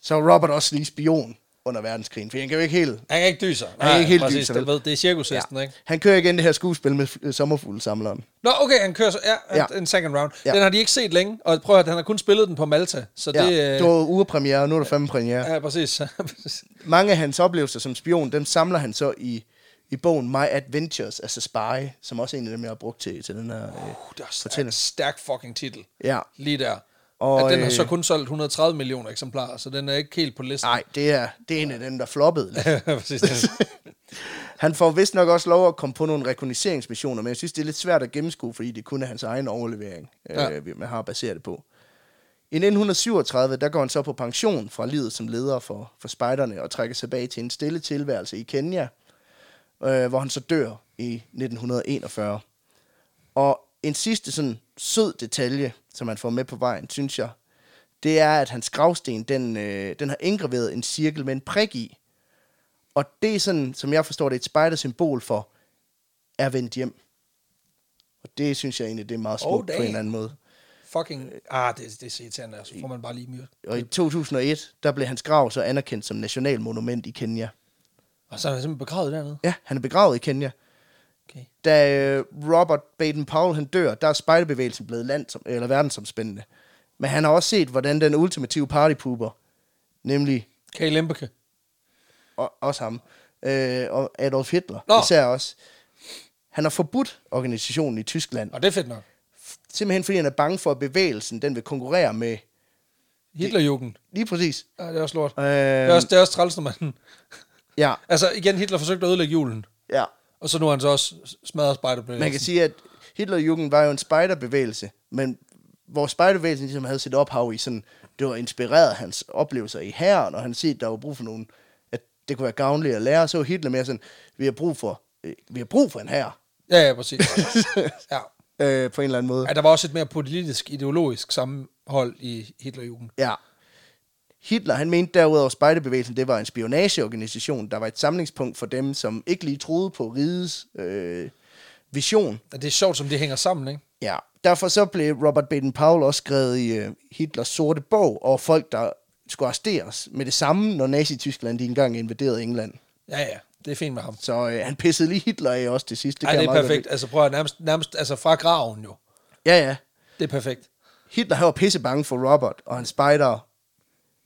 så er Robert også lige spion under verdenskrigen, for han kan jo ikke helt... Han kan ikke dyse sig. kan ikke helt dyse sig, det, vel? ved, det er cirkushesten, ja. ikke? Han kører igen det her skuespil med øh, sommerfuglesamleren. Nå, okay, han kører så, ja, Ja. ja. en second round. Ja. Ja. Den har de ikke set længe, og prøv at høre, han har kun spillet den på Malta, så Ja, det... øh, det var urepremiere, og nu er der fandme premiere. Ja, præcis. præcis. mange af hans oplevelser som spion, dem samler han så i, i bogen My Adventures as a Spy, som også er en af dem, jeg har brugt til, til den her... Øh. Uh, det er også Fortæl. en stærk fucking titel. Ja, Lige der. Og, Og, at den har øh, så kun solgt 130 millioner eksemplarer, så den er ikke helt på listen. nej, det er, det er en af dem, der floppede. lidt. præcis. Han får vist nok også lov at komme på nogle rekognosceringsmissioner, men jeg synes, det er lidt svært at gennemskue, fordi det kun er hans egen overlevering, ja. Ja. øh, vi- man har baseret det på. I 1937, der går han så på pension fra livet som leder for, for spejderne og trækker sig tilbage til en stille tilværelse i Kenya, øh, hvor han så dør i 1941. Og en sidste sådan sød detalje, som man får med på vejen, synes jeg, det er, at hans gravsten, den, øh, den har indgraveret en cirkel med en prik i. Og det er sådan, som jeg forstår det, et spejdersymbol for, er vendt hjem. Og det synes jeg egentlig, det er meget Oh, smukt oh, på en damn. eller anden måde. fucking... Ah, det, det er så irriterende, altså. Får man bare lige myrt. Og i 2001, der blev hans grav så anerkendt som nationalmonument i Kenya. Og så er han simpelthen begravet dernede. Ja, han er begravet i Kenya. Okay. Da øh, Robert Baden-Powell han dør, der er spejderbevægelsen blevet land som, eller verdensomspændende. Men han har også set, hvordan den ultimative partypooper, nemlig Kay Lempeke. og, også ham, øh, og Adolf Hitler Nå. Nå. især også, han har forbudt organisationen i Tyskland. Og det er fedt nok. Simpelthen fordi han er bange for, at bevægelsen den vil konkurrere med... Hitlerjugend. Lige præcis. Ja, det er også lort. Øh, Det er også, det er også træls, når man... Ja, altså, igen, Hitler forsøgte at ødelægge julen. ja. Og så nu har han så også smadret spejderbevægelsen. Man kan sige, at Hitlerjugend var jo en spejderbevægelse, men hvor spejderbevægelsen ligesom havde sit ophav i sådan, det var inspireret af hans oplevelser i hæren, og han set, der var brug for nogen, at det kunne være gavnligt at lære, så var Hitler mere sådan, vi har brug for, øh, vi har brug for en hær, Ja, ja, præcis. ja. øh, på en eller anden måde. ja. der var også et mere politisk, ideologisk sammenhold i Hitlerjugend. Ja. Hitler, han mente derudover, at spejderbevægelsen, det var en spionageorganisation, der var et samlingspunkt for dem, som ikke lige troede på rigets øh, vision, Og det er sjovt, som det hænger sammen, ikke? Ja, derfor så blev Robert Baden-Powell også skrevet i øh, Hitlers sorte bog over folk, der skulle arresteres med det samme, når Nazi-Tyskland de engang invaderede England. Ja, ja. Det er fint med ham. Så øh, han pissede lige Hitler af også til Det, sidst. Det Ej, kan det jeg er meget perfekt. Altså prøv at nærmest, nærmest altså fra graven jo. Godt. lide. Ja, ja. Det er perfekt. Hitler han var pisse bange for Robert og hans spejdere.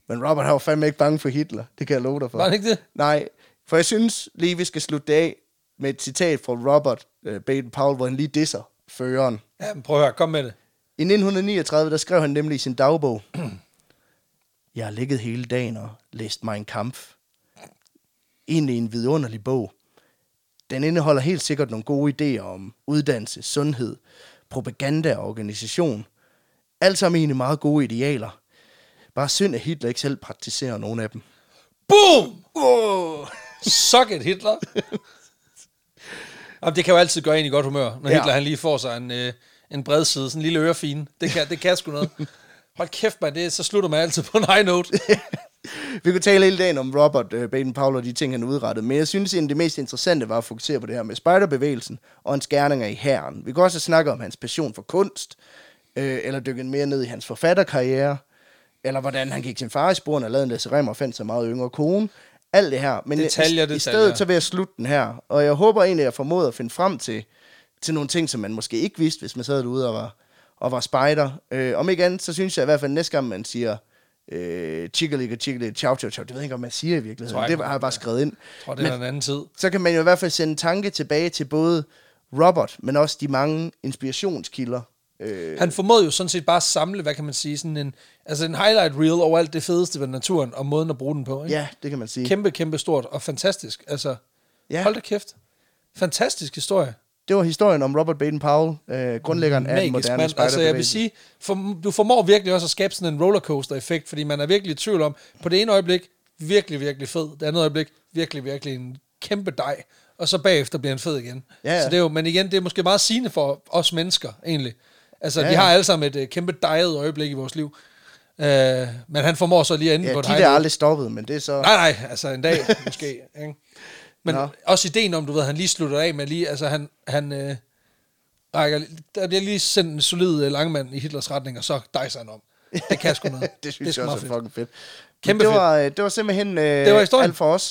Men Robert han var fandme ikke bange for Hitler. Det kan jeg love dig for. Var det ikke det? Nej, for jeg synes lige, vi skal slutte det af med et citat fra Robert øh, Baden-Powell, hvor han lige disser føreren. Ja, men prøv at høre, kom med det. I 1939, der skrev han nemlig i sin dagbog, Jeg har ligget hele dagen og læst mig en kamp. Egentlig en vidunderlig bog. Den indeholder helt sikkert nogle gode idéer om uddannelse, sundhed, propaganda og organisation. Alt sammen egentlig meget gode idealer. Bare synd, at Hitler ikke selv praktiserer nogen af dem. Boom! Oh! Suck it, Hitler! Jamen, det kan jo altid gøre en i godt humør, når Ja. ja. Hitler han lige får sig en, øh, en bredside, sådan en lille ørefine. Det kan, det kan sgu noget. Hold kæft, man, det, så slutter man altid på en high note. Vi kunne tale hele dagen om Robert øh, Baden-Powell og de ting, han udrettede, men jeg synes egentlig, det mest interessante var at fokusere på det her med spejderbevægelsen og hans gerninger i herren. Vi kunne også snakke om hans passion for kunst, øh, eller dykke mere ned i hans forfatterkarriere, eller hvordan han gik sin far i sporene og lavede en Lasse Remmer og fandt sig meget yngre kone. Alt det her. Men Detaljer, i, i detaljer. stedet så vil jeg slutte den her, og jeg håber egentlig, at jeg formoder at finde frem til, til nogle ting, som man måske ikke vidste, hvis man sad derude og var, og var spejder. Øh, om ikke andet, så synes jeg i hvert fald næste gang, man siger øh, chickalika, chickalika, chow, chow, chow, det ved jeg ikke, om man siger i virkeligheden. Tror jeg det ikke, har jeg bare skrevet ind. Jeg tror, det er en anden tid. Så kan man jo i hvert fald sende tanke tilbage til både Robert, men også de mange inspirationskilder, Øh, Han formåede jo sådan set bare at samle, hvad kan man sige, sådan en, altså en highlight reel over alt det fedeste ved naturen, og måden at bruge den på. Ikke? ja, det kan man sige. Kæmpe, kæmpe stort, og fantastisk. Altså, Ja. hold da kæft. Fantastisk historie. Det var historien om Robert Baden-Powell, øh, grundlæggeren af den Magisk, moderne mand. Altså, jeg vil spejderbevægelse. sige, for, du formår virkelig også at skabe sådan en rollercoaster-effekt, fordi man er virkelig i tvivl om, på det ene øjeblik, virkelig, virkelig fed. Det andet øjeblik, virkelig, virkelig en kæmpe dej. Og så bagefter bliver han fed igen. Ja, ja. Så det er jo, men igen, det er måske meget sigende for os mennesker, egentlig. Altså, Ja, ja, ja. vi har alle sammen et uh, kæmpe dejet øjeblik i vores liv. Uh, men han formår så lige at ende Ja, på et de der er highlight. aldrig stoppet, men det er så... Nej, nej, altså en dag måske. Ikke? Men Nå. Nå. også ideen om, du ved, han lige slutter af med lige, altså han, han øh, rækker, der bliver lige sendt en solid øh, langmand i Hitlers retning, og så dejser han om. Det kan sgu noget. det synes det sgu jeg meget også er fedt. fucking fedt. Kæmpe det fedt. var, øh, det var simpelthen øh, Det var historien. alt for os.